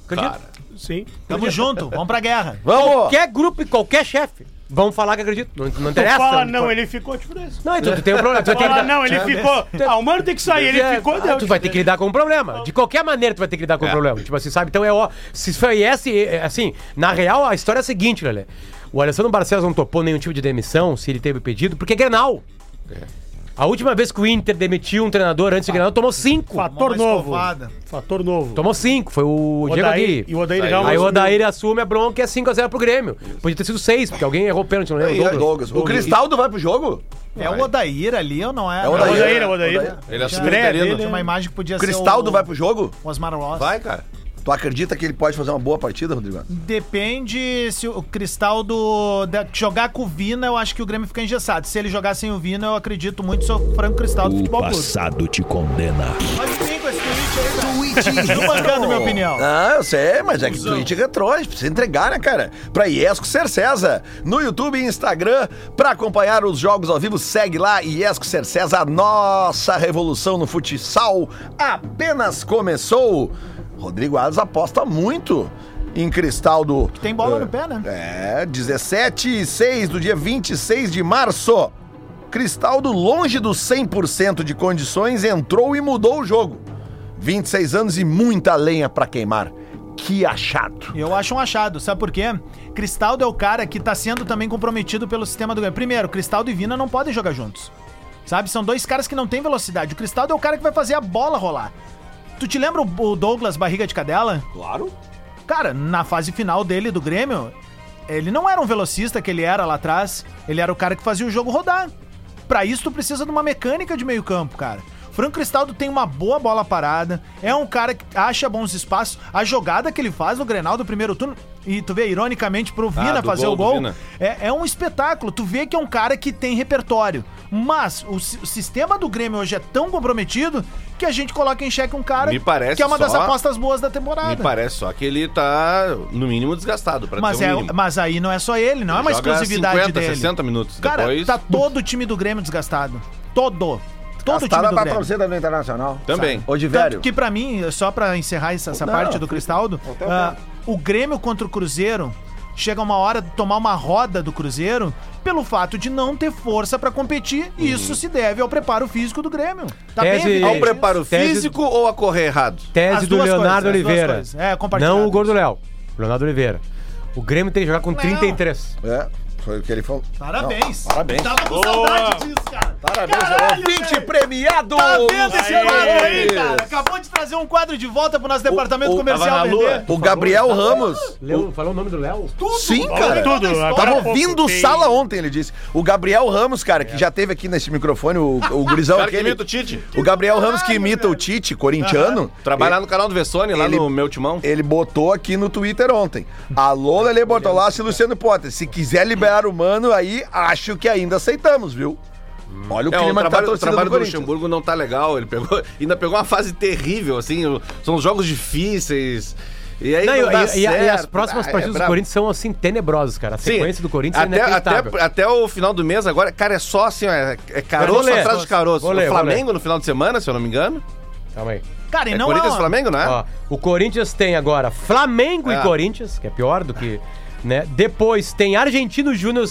Acredita?
Cara.
Sim.
Tamo junto, vamos pra guerra.
vamos!
Qualquer grupo e qualquer chefe vão falar que acredito. Não, não
Tu
interessa.
fala não, ele ficou tipo desse.
Não, então tu tem um problema. Tu vai ter que
Fala
lidar-
não, ele ficou. Ah, o mano tem que sair, ele
É,
ficou, deu. tipo,
tu vai ter que lidar com o problema. De qualquer maneira, tu vai ter que lidar com o problema. Tipo assim, sabe? Então é ó. Se foi esse, é, assim, na real, a história é a seguinte, Lelê. O Alessandro Barcelos não topou nenhum tipo de demissão, se ele teve pedido, porque é Grenal. A última vez que o Inter demitiu um treinador antes do Grenal, tomou cinco.
Fator
Tomou uma
novo.
escovada.
Fator novo.
Tomou cinco. Foi Então, o Diego
Odair-
Aguirre.
E o Odair
Aí o
Ramos-
Odair assume a bronca e é 5x0 pro Grêmio. Podia ter sido seis, porque alguém errou o pênalti, não lembro.
Douglas, O Cristaldo vai pro jogo?
É o Odair ali ou não é?
É o
É o
Odair.
Odair, é o Odair.
Odair.
Ele assumiu o
Estreia
interino.
dele,
Tinha uma imagem que podia
O
ser. um-
Cristaldo
o-
vai pro jogo?
o Osmar Ross.
Vai, cara.
Tu acredita que ele pode fazer uma boa partida, Rodrigo?
Depende se o Cristaldo da- jogar com o Vina, eu acho que o Grêmio fica engessado. Se ele jogar sem o Vina, eu acredito muito, sou franco Cristaldo do
O
Futebol Clube.
passado te condena.
Mas sim, com esse tweet aí, tá?
Tweet
Tô bancando minha opinião.
Ah, eu sei, mas é que Twitch retrô, a gente precisa entregar, né, cara? Pra Iesco Cercesa, no YouTube e Instagram, pra acompanhar os jogos ao vivo, segue lá Iesco Cercesa, a nossa revolução no futsal apenas começou. Rodrigo Alves aposta muito em Cristaldo.
tem bola
É.
no pé, né?
É, 17 e 6 do dia 26 de março. Cristaldo, longe dos 100% de condições, entrou e mudou o jogo. 26 anos e muita lenha pra queimar. Que achado.
Eu acho um achado, sabe por quê? Cristaldo é o cara que tá sendo também comprometido pelo sistema do Grêmio. Primeiro, Cristaldo e Vina não podem jogar juntos. Sabe? São dois caras que não têm velocidade. O Cristaldo é o cara que vai fazer a bola rolar. Tu te lembra o o Douglas Barriga de Cadela?
Claro.
Cara, na fase final dele do Grêmio, ele não era um velocista que ele era lá atrás, ele era o cara que fazia o jogo rodar. Pra isso tu precisa de uma mecânica de meio campo, cara. Franco Cristaldo tem uma boa bola parada, é um cara que acha bons espaços. A jogada que ele faz no Grenal do primeiro turno, e tu vê, ironicamente, pro Vina
Ah, do
fazer
gol
o
do
gol,
Vina.
é, é um espetáculo. Tu vê que é um cara que tem repertório. Mas o, si- o sistema do Grêmio hoje é tão comprometido que a gente coloca em xeque um cara
Me parece
que é uma das
só-
apostas boas da temporada.
Me parece só que ele tá, no mínimo, desgastado. Pra
Mas,
dizer
é,
o mínimo.
mas aí não é só ele, não é uma
Joga
exclusividade
50,
dele.
60 minutos.
Cara,
Depois,
tá todo o time do Grêmio desgastado. Todo. Todo o time
Gastada
do
pra
Grêmio.
torcida do Internacional.
Também.
Ô, de
Tanto
velho.
que pra mim, só pra encerrar essa, essa
Não,
parte do Cristaldo, ah, o Grêmio contra o Cruzeiro chega uma hora de tomar uma roda do Cruzeiro pelo fato de não ter força pra competir e
Uhum.
isso se deve ao preparo físico do Grêmio. Tá
Tese-
bem
Ao
evidente
É um preparo
Tese-
físico ou a correr errado?
Tese
As
do
duas
Leonardo
coisas, as duas
Oliveira.
coisas. É, compartilhadas.
Não o Gordo Léo. Leonardo Oliveira. O Grêmio tem que jogar com 33.
É, foi o que ele falou.
Parabéns.
Não, parabéns.
Tava com saudade disso, cara.
Parabéns,
Caralho,
ouvinte
velho.
premiado!
Tá vendo esse
Aê.
quadro aí, cara? Acabou de trazer um quadro de volta pro nosso departamento
o-
comercial
tava na
vender.
O Gabriel Ramos.
Léo, falou o nome do Léo?
Tudo,
Sim,
falou
cara.
toda a
Tudo,
história.
agora
Tava
pouco
ouvindo
tem-
sala ontem, ele disse. O Gabriel Ramos, cara, que já teve aqui nesse microfone, o, o gurizão
Cara que
aquele.
imita o Tite.
O Gabriel Ramos que imita o Tite, corintiano.
Trabalha lá no canal do Vessone, lá
ele-
no meu timão.
Ele botou aqui no Twitter ontem. Alô, Lele Bortolassi e Luciano Potter. Se quiser liberar o mano aí, acho que ainda aceitamos, viu? Olha o
É, o
clima que tá a
trabalho, o
torcida
trabalho
do
do,
Corinthians.
Luxemburgo não tá legal. Ele pegou, ainda pegou uma fase terrível, assim. o- São jogos difíceis. E aí
Não,
não
e,
dá
e- e- e as
certo.
próximas
Ah, é
partidas do
brabo.
Corinthians são assim tenebrosas, cara. A
Sim.
sequência do Corinthians é
até,
inacreditável.
até, até o final do mês agora, cara, é só assim, ó, é, é caroço
Vou ler.
atrás de caroço.
Vou ler,
o
vou
Flamengo no final de semana, se eu não me engano.
Calma aí.
Cara, e
É
não
Corinthians e
é uma-
Flamengo, né?
Ó, o Corinthians tem agora Flamengo
Ah.
e Corinthians, que é pior do que, né? Depois tem Argentino Júnior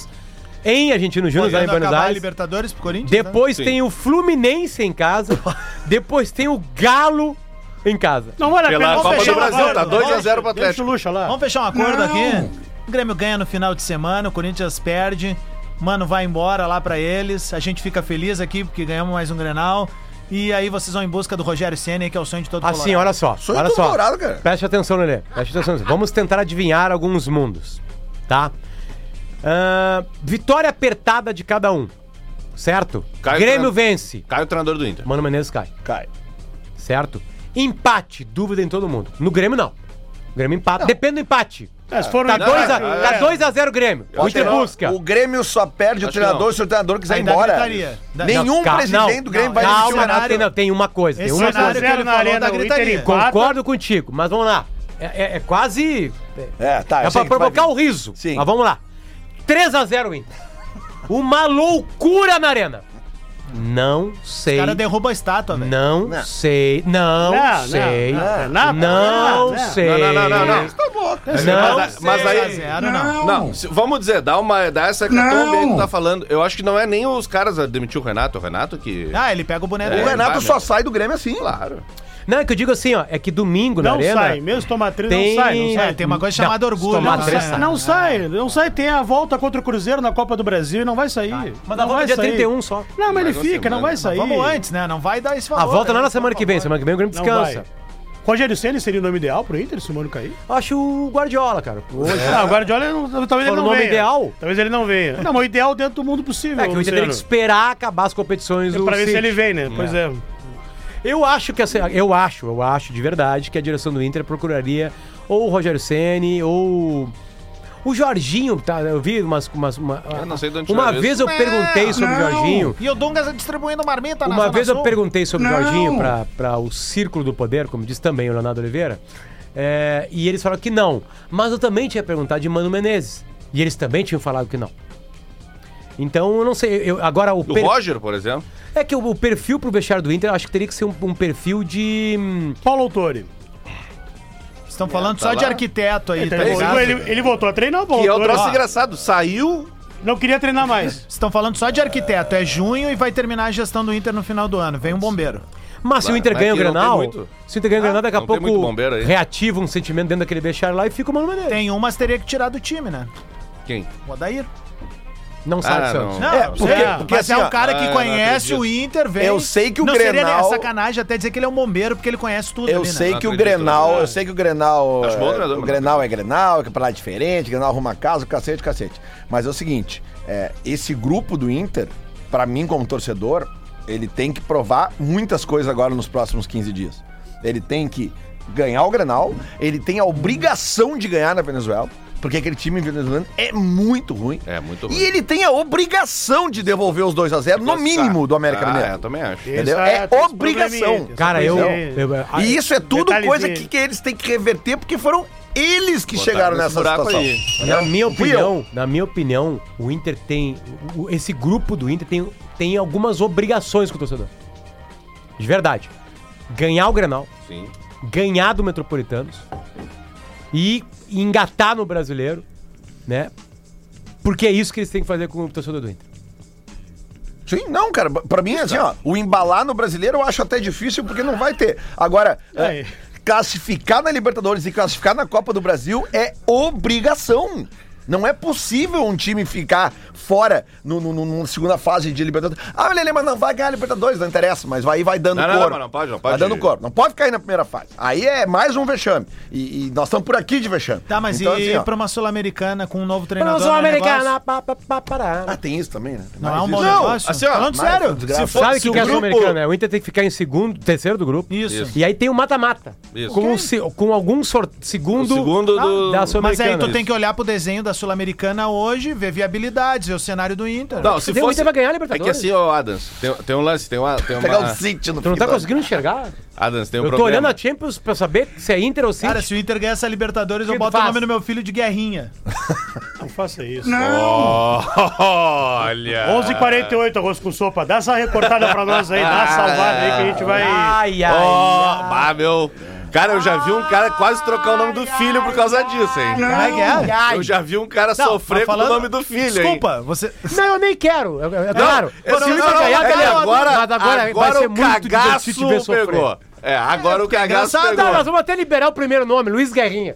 em Argentino Júnior, lá em
Podendo
Buenos
acabar a
Aires.
Libertadores pro Corinthians? né?
Depois tem o Fluminense em casa. depois tem o Galo em casa.
Não vale a
Pela
pena.
Copa
fechar
do
uma
Brasil,
porta.
tá 2 a 0 pro
Deixa o
Atlético.
Lucha lá.
Vamos fechar um acordo
Não.
aqui. O Grêmio ganha no final de semana, o Corinthians perde. Mano, vai embora lá pra eles. A gente fica feliz aqui porque ganhamos mais um Grenal. E aí vocês vão em busca do Rogério Senna, que é o sonho de todo
Assim, olha só.
Sonho
olha
todo
só.
colorado, cara.
Preste atenção, Lelê. Preste atenção. Vamos tentar adivinhar alguns mundos, tá? Ahn, vitória apertada de cada um, certo?
Caio
Grêmio
né?
Fernando-
vence.
Cai o treinador do Inter.
Mano Menezes cai,
Cai.
certo? Empate, dúvida em todo mundo. No Grêmio, não. O Grêmio empata. Depende do empate.
Mas foram
Tá 2x0 a,
é.
tá dois a zero Grêmio. O
Pode
Inter
não.
busca.
O Grêmio só perde o
Acho que
treinador
não.
se o treinador quiser ir
Ainda
embora.
gritaria. Da-
Nenhum
Ca-
um presidente
não,
do Grêmio
não,
vai demitir o
Calma,
Renato.
tem, não, tem uma coisa. Tem
Esse
uma
cenário
coisa.
que ele
na
falou
arena,
da
o Inter
gritaria.
empata.
tá Concordo contigo, mas vamos lá. É, é- é quase.
É, tá. eu sei
É pra
que tu vai
provocar
vir.
o riso.
Sim.
Mas vamos lá. 3x0 Inter. Uma loucura na arena. Não
O
sei.
cara derruba a estátua, velho.
Não, sei. Não,
Não,
sei.
não, não,
Não,
não, não, não.
sei.
Não, não, não, não, não.
Não
tá mas, mas aí.
0 não. não.
Não, se- vamos dizer, dá, uma, dá essa hecatombe aí que tu tá falando. Eu acho que não é nem os caras a demitir o Renato, é o Renato que.
Ah, ele pega o boneco.
É.
O
dele.
Renato
Vai,
só
né?
sai do Grêmio assim. Claro.
Não, é que eu digo assim, ó. É que domingo na
Não
arena.
sai, mesmo tomatriz
tem...
não sai, não sai.
É, tem uma coisa
Não,
chamada orgulho,
se Tomar
não
três,
sai.
sai.
Não sai, não sai. Tem a volta contra o Cruzeiro na Copa do Brasil e não vai sair.
Mas a
não
volta é
vai
dia
sair.
31 só.
Não, mas ele
Mais uma
fica, não
semana.
vai sair.
Vamos antes, né? Não vai dar esse valor.
A volta não é
né?
na semana que vem. Semana que vem o Grêmio
Não
descansa.
vai. Rogério Ceni seria o nome ideal pro Inter se o Mano cair?
Acho o Guardiola, cara. Hoje.
Não, o Guardiola não, talvez
É. Fala
ele
o
não
nome
venha.
ideal?
Talvez ele não venha. Não, mas o ideal dentro do mundo possível.
É que o Inter
Luciano.
tem que esperar acabar as competições do
É Pra ver se
City.
ele vem, né? Pois é.
Eu acho que essa- eu acho, eu acho de verdade que a direção do Inter procuraria ou o Rogério Ceni ou o Jorginho, tá? Eu vi umas, umas uma,
Eu não sei de onde
uma
tiraram isso.
vez eu perguntei sobre o
Não.
Jorginho.
E o Dungas distribuindo marmita na
Uma
Zona
vez eu
Sul.
perguntei sobre o
Não.
Jorginho para o Círculo do Poder, como diz também o Leonardo Oliveira, é, e eles falaram que não. Mas eu também tinha perguntado de Mano Menezes. E eles também tinham falado que não. Então, eu não sei. eu- agora, o,
O
per-
Roger, por exemplo.
é que o, o perfil pro vestiário do Inter, eu acho que teria que ser um, um perfil de. hum,
Paulo Autori.
Estão falando
tá
só de
lá. um
arquiteto aí, tá
Ele,
ligado?
ele- ele voltou a treinar, o Paulo
Que é o
Autori.
troço
Ó,
engraçado. Saiu.
Não queria treinar mais.
Estão falando só de arquiteto. É junho e vai terminar a gestão do Inter no final do ano. Vem um bombeiro.
Mas se o
Claro,
Inter
mas
ganha o
aqui não tem
Granal,
muito. Ah,
se o Inter ganha o Granal, daqui a
não tem
pouco
muito bombeiro aí.
reativa um sentimento dentro daquele vestiário lá e fica o Mano Menezes.
Tem um, mas teria que tirar do time, né?
Quem?
O Odair.
Não sai do
Ah,
Santos.
Não,
É,
não
porque-
sei,
porque
mas
assim,
é
ó,
um cara que
ah,
conhece
não acredito.
o Inter, velho.
Eu sei que o
não Seria né,
Grenal-
sacanagem até dizer que ele é um bombeiro, porque ele conhece tudo
Eu
ali, né?
sei
Não
que o
acredito,
Grenal,
né? Tá
eu sei que o Grenal.
Acho bom
é,
o treinador,
o
mas-
Grenal é Grenal, é campeonato diferente, Grenal arruma casa, cacete, cacete. Mas é o seguinte, é, esse grupo do Inter, pra mim como torcedor, ele tem que provar muitas coisas agora nos próximos 15 dias. Ele tem que ganhar o Grenal, ele tem a obrigação de ganhar na Venezuela. Porque aquele time venezuelano é muito ruim.
É, muito ruim.
E ele tem a obrigação de devolver os 2 a 0 no mínimo, do América
ah,
Mineiro.
Eu também acho.
Entendeu?
Essa-
É
tem esse
obrigação.
probleminha aí, tem esse
Cara, eu.
probleminha aí.
eu- eu-
E isso é tudo
detalhezinho.
coisa que, que eles têm que reverter, porque foram eles que
Botaram
chegaram
nesse
nessa
buraco
situação.
aí.
Na minha
Fui
opinião, na minha opinião, o Inter tem. o- o- esse grupo do Inter tem, tem algumas obrigações com o torcedor. De verdade. Ganhar o Grenal,
Sim.
ganhar do Metropolitanos e engatar no brasileiro, né? Porque é isso que eles têm que fazer com o torcedor do Inter.
Sim, não, cara. Pra mim, assim, ó, o embalar no brasileiro eu acho até difícil, porque não vai ter. Agora,
Aí.
eh, classificar na Libertadores e classificar na Copa do Brasil é obrigação. Não é possível um time ficar fora no, no- no- numa segunda fase de Libertadores. Ah, Lele, mas não vai ganhar a Libertadores, não interessa, mas vai, vai dando
Não, não,
cor.
não, não pode, não
Vai
pode.
dando cor. Não pode cair na primeira fase. Aí é mais um vexame. E, e nós estamos por aqui de vexame.
Tá, mas
Então,
e
assim, ó,
pra uma Sul-Americana com um novo treinador?
Nós
não é
americana,
negócio?
pá, pá, pá, pará.
Ah, tem isso também, né?
Não
Mais
é um bom
isso.
negócio?
assim, ó,
Falando
mais
sério.
desgraça.
se
Sabe o
fosse
que, que é
o
a
grupo-
Sul-Americana? O Inter tem que ficar em segundo, terceiro do grupo.
Isso.
Isso.
E aí tem o mata-mata.
Isso.
Com, um se- com algum sor-
O
segundo, Ah,
segundo do.
da Sul-Americana.
Mas aí tu
Isso.
tem que olhar pro desenho da Sul-Americana hoje, ver viabilidades, ver o cenário do Inter.
Não, se
Deu, o
fosse.
Inter vai ganhar a
é que
Libertadores.
assim, ó, Adams, tem, tem um lance, tem uma. Tem uma
Pegar o City no
Tu não
fim
tá
do ano.
conseguindo enxergar?
Adams, tem um
Eu tô
problema.
olhando a Champions pra saber se é Inter ou City.
Cara, se o Inter ganha essa Libertadores,
Que
eu boto
faz?
o nome do meu filho de Guerrinha.
Não faça isso. Ah.
Olha.
11h48, arroz com sopa.
Ah.
Dá essa recortada pra nós aí, dá uma salvada aí que a gente vai.
ai, ai.
Ó, ah, meu. Cara, eu já vi um cara quase trocar o nome do filho por causa disso, hein?
Como é que é?
Eu já vi um cara
Não,
sofrer
tá falando-
com o nome do filho, hein?
Desculpa, você.
Não, eu nem quero. Eu- eu- é claro.
eu
se
não-
ele
não, não,
ganhar,
é,
beleza.
agora,
Mas agora, vai ser
o
muito
cagaço
divertido te ver sofrer.
pegou. É, agora o cagaço
engraçado,
Não, nós
pegou.
vamos até liberar o primeiro nome, Luiz Guerrinha.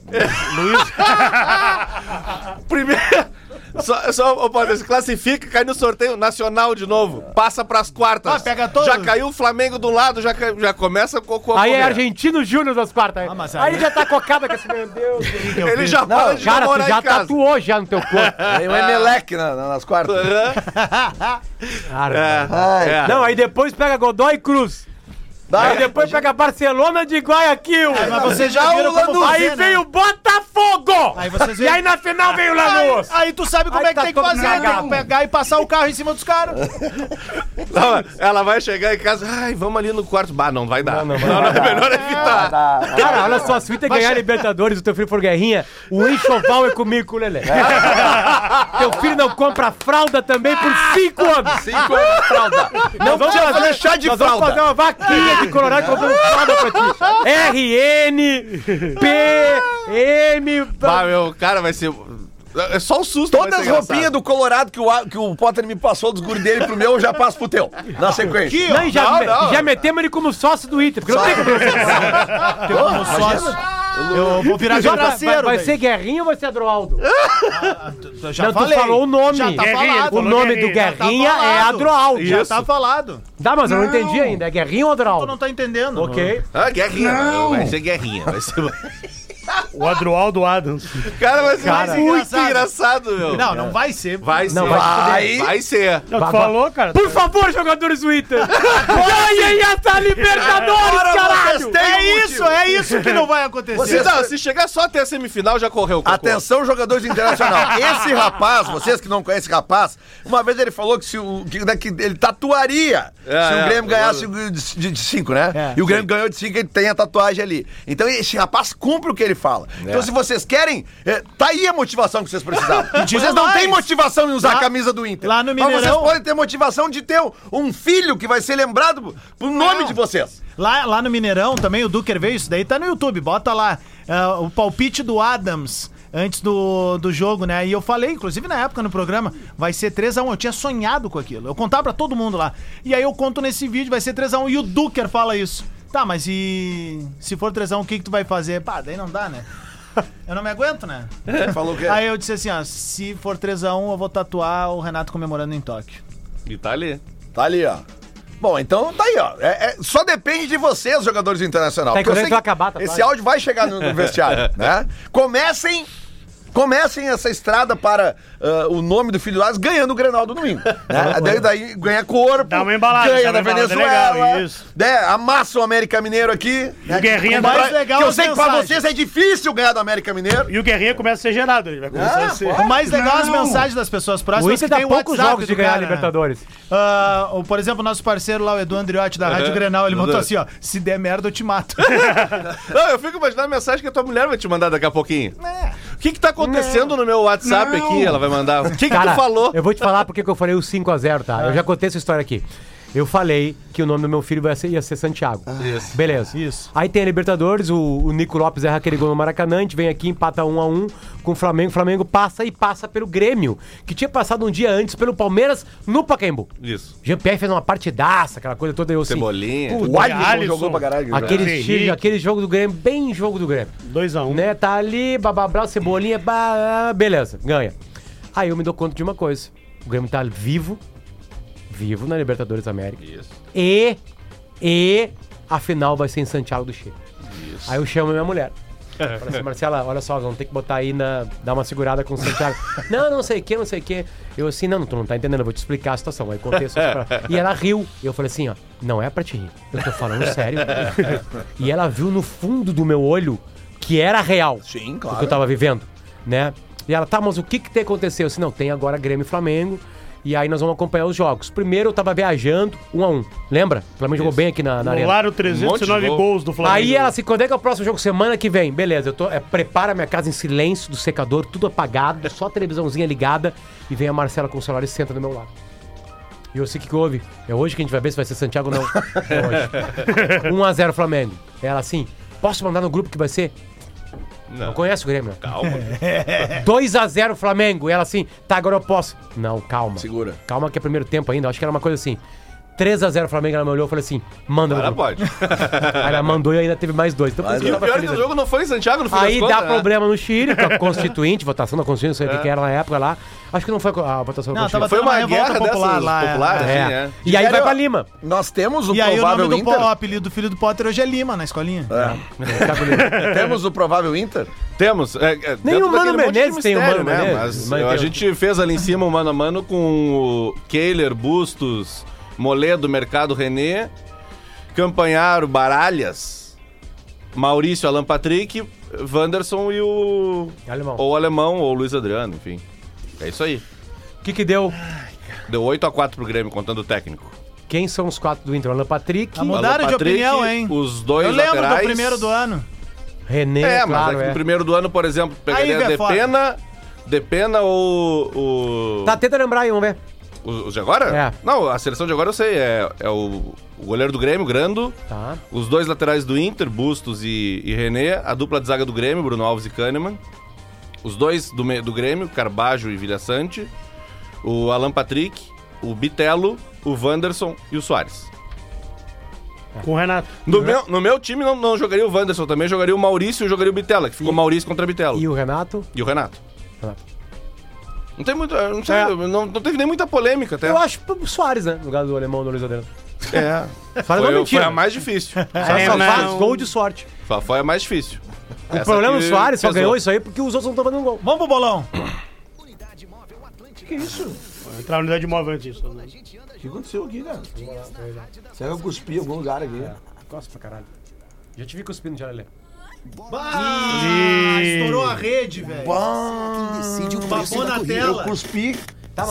Primeiro... Só, só ô, Potter, se classifica, cai no sorteio nacional de novo. Passa pras quartas.
Ah, pega todos.
Já caiu o Flamengo do lado, já, cai- já começa com o
Aí é Argentino Júnior das quartas.
Ah, mas
aí
aí-
é-
ele já tá cocada com esse meu Deus.
Ele já
Não,
para de
Cara, tu
namorar
já tá
em casa.
tatuou já no teu corpo.
Aí o um Emelec né? na- na- nas quartas.
Aham.
Cara.
Ai,
É.
Não, aí depois pega Godoy Cruz. Aí depois pega Barcelona de Guayaquil.
Mas vocês já viram como
Aí
fazer, né?
veio Botafogo!
Aí vocês
E aí na final veio Lanús!
Aí, aí tu sabe como
Aí
é que
tá
tem que
todo
fazer, tem
cagado.
que pegar e passar o carro em cima dos caras.
Não, ela vai chegar em casa, ai, vamos ali no quarto. Bah, não vai dar. Não, não, é melhor evitar.
Cara, olha só, se o Inter ganhar a Libertadores, o teu filho for guerrinha, o enxoval é comigo com o Lelé. teu filho não compra fralda também por cinco anos.
Cinco anos
Ah!
de fralda.
Não vamos fazer,
chá de
nós vamos
fralda.
fazer uma vaquinha de Colorado comprando fralda pra ti. RN, P, M...
Bah, meu, cara, vai ser. É só um susto.
Todas as roupinhas do Colorado que o, a- que o Potter me passou dos guri dele pro meu, eu já passo pro teu. Na sequência.
Não, e já,
Não, não.
já metemos ele como sócio do Inter, porque não tem como ele ser sócio.
Eu sócio. Eu vou virar de
Vai, vai,
traseiro,
vai
velho.
ser Guerrinha ou vai ser Adroaldo?
Eu Já
Não, tu falou o nome.
Já tá
Guerrinha,
falado.
O nome do
Já tá
Guerrinha é
falado.
Adroaldo.
Já tá falado.
Dá, mas eu não entendi ainda. É Guerrinha ou
Tu não
Adroaldo?
tá entendendo.
Ok.
Ah, guerrinha. Vai ser guerrinha. Vai ser...
O Adroaldo Adams.
Cara, vai ser
Cara,
muito engraçado,
engraçado.
meu.
Não,
É.
não vai ser.
Vai ser.
Não,
vai,
vai-
vai ser.
Não, tu
Vai,
falou, cara.
Por favor, jogadores do Inter! Ganhem essa Libertadores, caralho! um
É isso, é isso que não vai acontecer.
Se, não, se chegar só até a semifinal, já correu o
Tá
cocô.
Atenção, jogadores do internacional. Esse rapaz, vocês que não conhecem esse rapaz, uma vez ele falou que, se o, que, né, que ele tatuaria
É,
se
é,
o Grêmio ganhasse de- de, de cinco, né?
É,
e o Grêmio ganhou de cinco, ele tem a tatuagem ali. Então esse rapaz cumpre o que ele fala.
É.
Então se vocês querem, é, tá aí a motivação que vocês precisavam. vocês não
mais.
têm motivação em usar
Lá-
a camisa do Inter.
lá no
Mas vocês
Mineirão-
podem ter motivação de ter um, um filho que vai ser lembrado por nome
Não.
de vocês.
Lá, lá no Mineirão também, o Duker veio, isso daí tá no YouTube, bota lá ah, o palpite do Adams antes do, do jogo, né? E eu falei, inclusive na época no programa, vai ser 3x1, eu tinha sonhado com aquilo, eu contava pra todo mundo lá. E aí eu conto nesse vídeo, vai ser 3x1, e o Duker fala isso. Tá, mas e se for 3x1, o que que tu vai fazer? Pá, daí não dá, né? Eu não me aguento, né?
Falou que
Aí eu disse assim, ó, se for 3x1, eu vou tatuar o Renato comemorando em Tóquio.
E tá ali.
Tá ali, ó. Bom, então tá aí, ó. É, é- só depende de vocês, jogadores do Internacional.
Tá,
Porque eu
quando
sei
é que vai
que
acabar, tá,
esse
claro.
áudio vai chegar no, no vestiário, né? Comecem... Comecem essa estrada para ah, o nome do filho do Asa ganhando o Grenal do domingo. né? daí, daí ganha corpo,
Dá uma embalada,
ganha
dá uma
da
embalada,
Venezuela,
legal, isso.
né? amassa o América Mineiro aqui.
E
né?
o Guerrinha
mais
vai-
legal
que eu
as
sei que para
mensagens.
vocês é difícil ganhar do América Mineiro.
E o Guerrinha começa a ser gerado. Ele vai
Ah,
começar a ser.
O mais legal é as mensagens das pessoas próximas.
O Inter
que
dá
tem o
tá poucos
WhatsApp
jogos de
do
ganhar a
cara, né?
Libertadores.
Ah, o- por exemplo, o nosso parceiro lá, o Edu Andriotti, da Rádio Grenal, ele botou
Edu.
assim, ó, se der merda eu te mato.
Não, eu fico imaginando a mensagem que a tua mulher vai te mandar daqui a pouquinho. O que que tá acontecendo no meu WhatsApp aqui? Ela vai mandar. O que que
Cara,
tu falou? Ah.
eu vou te falar porque que eu falei o 5x0, tá? Eu já contei essa história aqui. Eu falei que o nome do meu filho vai ser- ia ser Santiago.
Ah.
Isso. Beleza.
Isso.
Aí tem a Libertadores, o, o Nico Lopes erra aquele gol no Maracanã, a gente vem aqui, empata 1x1 com o Flamengo. O Flamengo passa e passa pelo Grêmio, que tinha passado um dia antes pelo Palmeiras no Pacaembu.
Isso.
Jean-Pierre fez uma partidaça, aquela coisa toda. Eu, assim,
Cebolinha.
puta,
O Alisson
Alisson.
jogou pra caralho.
aquele,
Henrique.
estilo, aquele jogo do Grêmio, bem jogo do Grêmio.
2x1.
Né? Tá ali, bababá, cebolinha, ba- beleza, ganha. Aí eu me dou conta de uma coisa. O Grêmio tá vivo, vivo na Libertadores da América.
Isso.
E, e a final vai ser em Santiago do Chile. Aí eu chamo a minha mulher. Falei assim, Marcela, olha só, vamos ter que botar aí na. dar uma segurada com o Santiago. não, não sei o que, não sei o que. Eu assim, não, tu não tá entendendo, eu vou te explicar a situação. Aí contei isso pra... E ela riu. E eu falei assim, ó, não é pra te rir. Eu tô falando sério. e ela viu no fundo do meu olho que era real.
Sim,
O que eu
claro.
tava vivendo, né? E ela, tá, mas o que que te aconteceu? Eu disse, não, tem agora Grêmio e Flamengo. E aí nós vamos acompanhar os jogos. Primeiro eu tava viajando, um a um. Lembra? O Flamengo jogou bem aqui na, na arena.
Rolaram
Um monte
309
de gol.
gols do Flamengo.
Aí ela assim, quando é que é o próximo jogo? Semana que vem. Beleza, eu tô. É, prepara minha casa em silêncio, do secador, tudo apagado, só a televisãozinha ligada. E vem a Marcela com o celular e senta do meu lado. E eu sei o que, que houve. Um É hoje que a gente vai ver se vai ser Santiago ou não. É hoje. 1x0 Flamengo. Ela assim. Posso mandar no grupo que vai ser?
Não.
Não conhece o Grêmio, né?
Calma.
2x0 Flamengo. E ela assim, tá, agora eu posso. Não, calma.
Segura.
Calma que é primeiro tempo ainda. Acho que era uma coisa assim. 3x0 Flamengo, ela me olhou e falou assim: manda no
Agora
grupo.
pode.
Aí ela mandou e ainda teve mais dois. Então por isso que
E
eu
o
tava
pior é
feliz.
que o jogo não foi em Santiago no final
Aí
das
dá
contas, né?
problema no Chile, com a Constituinte, votação da Constituinte, não sei o que que era na época lá. Acho que não foi a votação da
Não,
Constituinte.
tava
Foi
tendo
uma
revolta
guerra dessas
é.
populares,
É.
assim, né?
E aí vai
Tiveram-
pra Lima.
Nós temos o
E aí o nome
provável
do po-
Inter.
o apelido do filho do Potter hoje é Lima, na escolinha.
temos o provável Inter.
Temos. é, é,
Nem
dentro
o Mano
daquele monte de
Menezes tem o
mistério, né?
Mano Menezes.
Mas
Mas
eu- a
tem o-
gente fez ali em cima o mano a mano com o Kehler, Bustos, Moledo, Mercado René, Campanharo, Baralhas, Maurício, Alan Patrick, Wanderson e o.
Alemão.
Ou o Alemão, ou o Luiz Adriano, enfim. É isso aí.
O que que deu?
Deu 8x4 pro Grêmio, contando o técnico.
Quem são os quatro do Inter? Alan Patrick,
Tá Mudaram
Alan
de opinião, hein?
Os dois
Eu lembro do
laterais.
primeiro do ano.
René,
É, mas
claro,
é que
é.
no primeiro do ano, por exemplo, pegaria
Aí,
de
Vefora.
pena. De pena ou o.
Tá, tenta lembrar aí, vamos ver.
Os, os de agora?
É.
Não, a seleção de agora eu sei. É, é o, o goleiro do Grêmio, Grando.
Tá.
Os dois laterais do Inter, Bustos e, e René. A dupla de zaga do Grêmio, Bruno Alves e Kahneman. Os dois do, me- do Grêmio, Carbajo e Vilhaçante. O Alan Patrick, o Bitelo, o Wanderson e o Soares.
Com o Renato.
No,
Uhum.
meu, no meu time não, não jogaria o Wanderson também, jogaria o Maurício e jogaria o Bitela, que ficou Maurício contra Bitelo.
E o Renato?
E o Renato.
Renato.
Não tem muito. eh, Não, sei,
É.
não, não teve nem muita polêmica até.
Eu acho o Soares, né? No lugar do alemão do Luiz Adriano.
É.
Soares não
Foi, foi
mentira.
a mais difícil.
Só, só
não.
faz gol de sorte.
Só foi a mais difícil.
O problema do Soares só ganhou isso aí porque os outros não estão fazendo gol.
Vamos pro bolão.
Entrar na unidade móvel antes disso. né?
O que aconteceu aqui, cara? Será que eu cuspi em algum lugar aqui?
Gosto pra caralho. Já te vi cuspindo já, Lelê.
Ah, estourou a rede, velho.
Bom,
Decide o preço
Babou
da
na
corrida.
tela.
cuspi.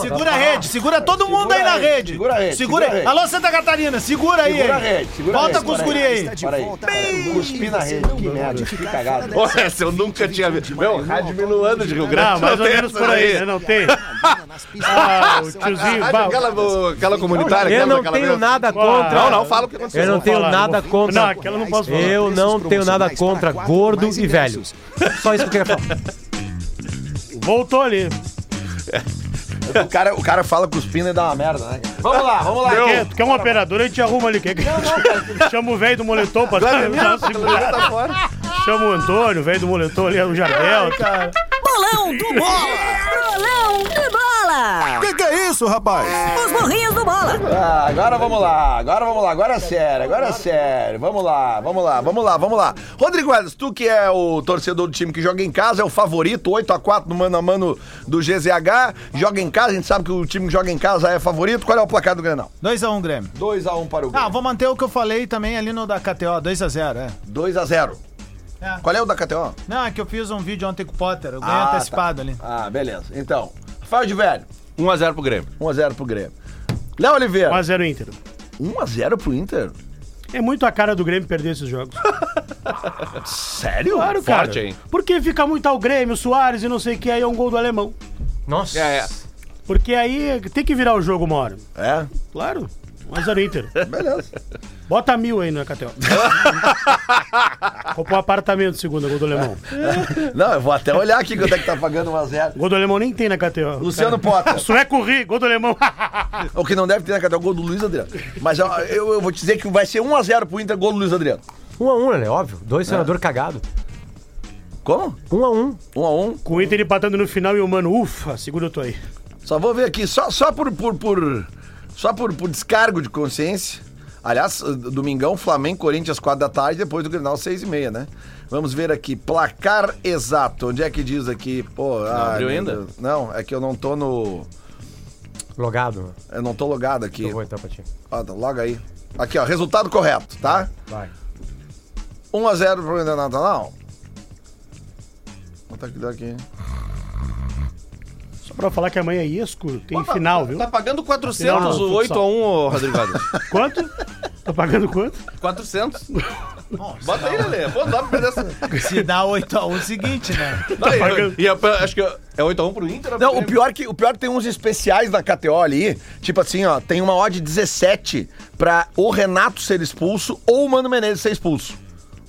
Segura a rede, segura todo mundo aí na rede.
segura a
Segura
rede, segura a
aí.
rede.
Alô, Santa Catarina, segura aí.
Segura a
hein.
rede, segura a
Volta
rede, Tá
com os
segura
guri aí.
Para aí. Eu Cuspi
Tá
na rede, que merda. Que cagada.
Pô, essa eu nunca tinha visto. Meu, rádio minuano de Rio Grande.
Não, mais ou
tem
menos
essa
por aí,
daí.
né? Não tem.
Ah,
O
A
tiozinho.
rádio,
bah,
aquela, aquela comunitária.
Eu
aquela,
não
aquela
tenho
mesmo.
nada
Não,
contra.
não, fala o que aconteceu.
Eu não
vou
tenho
falar, não
nada
vou-
contra.
Não, aquela eu não posso falar.
Eu não tenho nada
Preços promocionais
contra
para
gordo
mais
e velho.
ingressos.
Só isso que eu queria falar.
Voltou ali.
O cara, o cara fala cuspindo e dá uma merda, né? cara? Vamos lá, vamos lá.
Quer, tu quer um operador, a gente arruma ali. Quer que Chama o velho do moletom pra dar uma segurada.
Ah,
Chama o Antônio, o velho do moletom ali, é o Jardel. Tá.
Bolão do Bola! Bolão do Bola!
O que, que é isso, rapaz?
Os burrinhos do Bola!
Ah, agora vamos lá, agora vamos lá, agora é sério, agora é sério. Vamos lá, vamos lá, vamos lá, vamos lá.
Rodrigo Alves, tu que é o torcedor do time que joga em casa, é o favorito, 8x4 no mano a mano do GZH, joga em casa, a gente sabe que o time que joga em casa é favorito. Qual é o placar do Granal?
2x1, Grêmio.
2x1 para o
Ah,
Grêmio.
vou manter o que eu falei também ali no da KTO, 2x0, é.
2x0.
É.
Qual é o da KTO?
Não, é que eu fiz um vídeo ontem com o Potter, eu ganhei
tá.
Ah,
antecipado ali.
Ah, beleza. Então, Rafael de Velho,
1x0 pro Grêmio.
1x0 pro Grêmio. Léo Oliveira,
1x0 Inter.
1x0 pro Inter?
É muito a cara do Grêmio perder esses jogos.
Sério?
Claro, cara.
Forte, hein?
Porque fica muito ao Grêmio, Soares e não sei o que, aí é um gol do alemão.
Nossa.
É, é.
Porque aí tem que virar o jogo uma hora.
É?
Claro. 1x0 Inter.
Beleza.
Bota mil aí na KTO. Comprou um apartamento, segunda, gol do alemão.
Não, eu vou até olhar aqui quanto é que tá.
Tá pagando 1x0.
Gol do alemão nem tem na KTO.
Luciano Potter.
Sueco ri, gol do alemão.
O que não deve ter na categoria é o gol do Luiz Adriano. Mas ó, eu, eu vou te dizer que vai ser 1x0 pro Inter, gol do Luiz Adriano.
Um a um, Lelê, óbvio. Dois senador cagado.
Como?
Um a um.
1x1.
Com o Inter empatando no final e o mano, ufa, segura eu tô aí.
Só vou ver aqui, só, só por, por, por- Só por, por descargo de consciência. Aliás, eh, domingão, Flamengo, Corinthians, 4 da tarde, depois do Grenal, 6 e meia, né? Vamos ver aqui, placar exato. Onde é que diz aqui? Pô, não
abriu ainda?
Não, é que eu não tô no...
Logado. né?
Eu não tô logado aqui.
Eu vou então pra ti.
Ó, tá, loga aí. Aqui, ó, resultado correto, tá?
Vai.
1x0 pro Internacional. Quanto é que dá aqui?
Só pra falar que amanhã é Isco, tem final, viu?
Tá pagando 400
Não,
o
não,
8x1, ô, Rodrigo Adams.
Quanto? Tá pagando quanto?
400. Bota aí, Lelê. Pô, dá pra perder essa.
Tá
Se dá 8x1, seguinte, né?
Não, e-
pagando.
e eu- acho que é 8x1 pro Inter? ou pro
Não, o
Grêmio?
pior, que, o pior que tem uns especiais na KTO ali. Tipo assim, ó, tem uma odd 17 pra o Renato ser expulso ou o Mano Menezes ser expulso.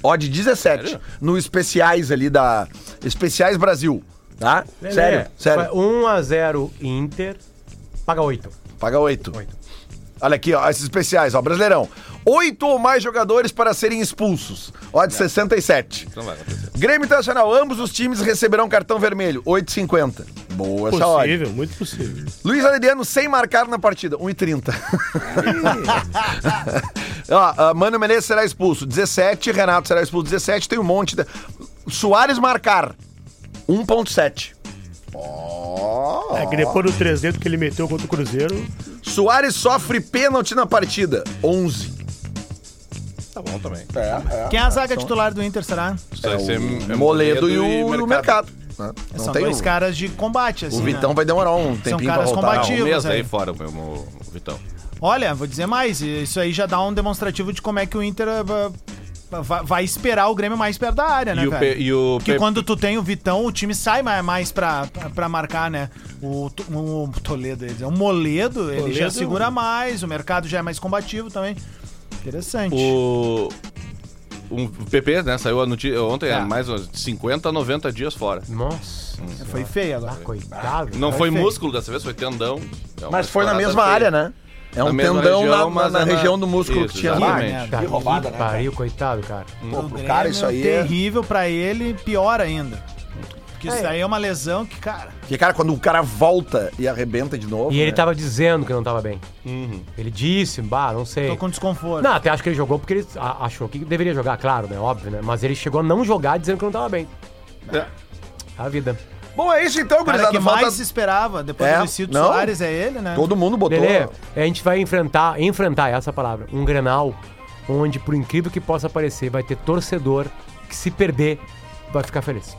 Odd 17. No especiais ali da. Especiais Brasil. Tá?
Lelê,
Sério, sério.
vai 1 a 0 Inter, paga 8.
Paga 8. Olha aqui, ó, esses especiais, ó, Brasileirão. Oito ou mais jogadores para serem expulsos. Odd 67.
Então vai, acontecer.
Grêmio Internacional, ambos os times receberão cartão vermelho. 8,50. Boa essa odd.
Possível, muito possível.
Luiz Adriano sem marcar na partida, 1,30. Ó, ah, Mano Menezes será expulso, 17. Renato será expulso, 17. Tem um monte. De... Soares marcar, 1,7.
É que depois do 3 dedos que ele meteu contra o Cruzeiro,
Soares sofre pênalti na partida, 11.
Tá bom também.
É,
Quem é a zaga titular do Inter, será?
Isso aí é,
o
é
um Moledo e o, e o mercado. né? Não
São
tem
dois
o-
caras de combate, assim.
O
né?
Vitão vai demorar um tempinho pra
caras
voltar.
Ah, um
combativos.
mês aí
aí.
fora, meu, meu Vitão.
Olha, vou dizer mais, isso aí já dá um demonstrativo de como é que o Inter eh, va- va- vai esperar o Grêmio mais perto da área, né,
E o,
cara?
Pe- e o
Porque
Pe-
quando tu tem o Vitão, o time sai ma- mais pra, pra marcar, né? O, To- o Toledo, ele- o Moledo, ele já
Toledo-
segura mais, o mercado já é mais combativo também. Interessante.
O. Um o PP, né? Saiu a notícia ontem,
Tá.
é. mais uns 50, 90 dias fora.
Nossa,
Foi feio agora.
Ah, coitado.
Não foi
feio.
músculo dessa vez, foi tendão. É uma
Tá Mas foi na
estourada
mesma
feia.
área, né? É
Na
um
mesma
tendão
região,
na- na,
mas
na
é na-
região do músculo
Isso,
que tinha
Que
lá.
exatamente.
merda.
Tá, que
roubada, né,
pariu, coitado, cara.
Pô,
O
pro
Grêmio,
cara isso aí é...
terrível pra ele, pior ainda. Porque isso aí é uma lesão que, cara,
Porque, cara, quando o cara volta e arrebenta de novo...
E ele
né?
tá
tava dizendo que não tava bem. Ele disse, bah, não sei.
É.
tô com desconforto.
Não, até acho que ele jogou porque ele a- achou que deveria jogar, claro, né? Óbvio, né? Mas ele chegou a não jogar dizendo que não tava bem.
É.
A vida.
Bom, é isso então,
O cara
gurizada.
que
Falta-
mais se esperava depois
É,
do Luicito
não.
Soares é ele, né?
Todo mundo botou...
Lelê, a gente vai enfrentar, enfrentar essa palavra, um Grenal, onde, por incrível que possa parecer, vai ter torcedor que se perder vai ficar feliz.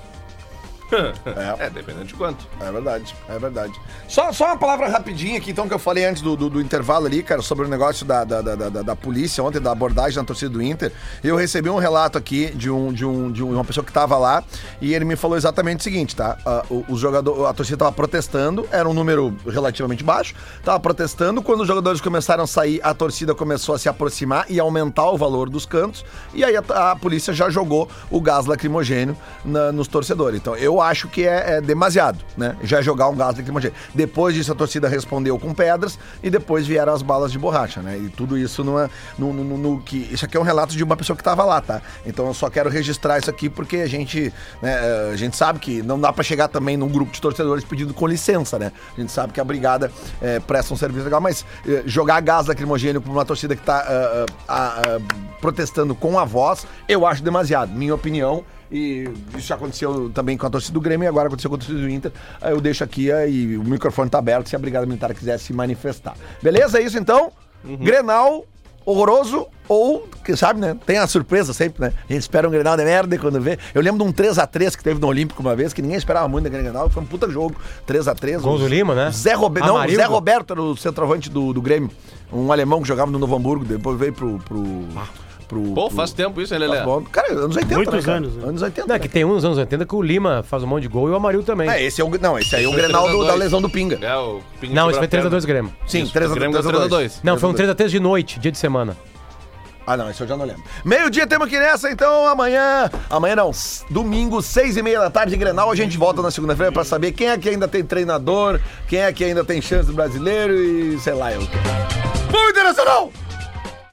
É, dependendo de quanto.
É verdade, é verdade. Só, só uma palavra rapidinha aqui, então, que eu falei antes do, do, do intervalo ali, cara, sobre o negócio da, da, da, da, da- da polícia ontem, da abordagem na torcida do Inter. Eu recebi um relato aqui de, um, de, um, de um- uma pessoa que tava lá e ele me falou exatamente o seguinte, tá? Ah, o, o jogador, a torcida tava protestando, era um número relativamente baixo, tava protestando. Quando os jogadores começaram a sair, a torcida começou a se aproximar e aumentar o valor dos cantos. E aí a, a polícia já jogou o gás lacrimogênio na- nos torcedores. Então eu acho que é, é demasiado, né? Já jogar um gás lacrimogênio. Depois disso a torcida respondeu com pedras e depois vieram as balas de borracha, né? E tudo isso numa, no, no- no- no que isso aqui é um relato de uma pessoa que estava lá, tá? Então eu só quero registrar isso aqui porque a gente, né, a gente sabe que não dá para chegar também num grupo de torcedores pedindo com licença, né? A gente sabe que a brigada eh, presta um serviço legal, mas eh, jogar gás lacrimogênio pra uma torcida que tá ah, ah, ah, ah, protestando com a voz, eu acho demasiado, minha opinião. E isso já aconteceu também com a torcida do Grêmio e agora aconteceu com a torcida do Inter. Aí Eu deixo aqui eh, e o microfone tá aberto se a brigada militar quiser se manifestar. Beleza? É isso então? Grenal horroroso ou, que sabe, né? Tem a surpresa sempre, né? A gente espera um Grenal de merda e quando vê. Eu lembro de um 3x3 que teve no Olímpico uma vez, que ninguém esperava muito daquele Grenal, foi um puta jogo. 3x3.
Gol do Lima, né?
Zé Robe... Não, o
Amarildo.
Zé Roberto era o centroavante do, do Grêmio, um alemão que jogava no Novo Hamburgo, depois veio pro... pro, pro
Ah. Pô,
pro-
faz tempo isso, hein, Lelé?
Faz bom. Cara, anos 80, né,
Muitos
cara?
anos, né?
Anos 80.
Não, é
né?
que tem uns anos 80 que o Lima faz um monte de gol e o Amarildo também.
É, esse é o, não, esse aí é o
Foi
Grenal do-
3x2.
da lesão do Pinga.
É, o Pinga
não, esse
quebrou
foi
a perna.
3x2 Grêmio.
Sim,
Isso,
3
o
a
Grêmio deu
3 a 2.
3x2.
Não, foi um 3x3 de noite, dia de semana.
Ah, não, isso eu já não lembro. Meio-dia temos que ir nessa, então amanhã. Amanhã não, s- domingo, seis e meia da tarde, em Grenal. A gente volta na segunda-feira pra saber quem é que ainda tem treinador, quem é que ainda tem chance do brasileiro e sei lá eu. Bom Internacional!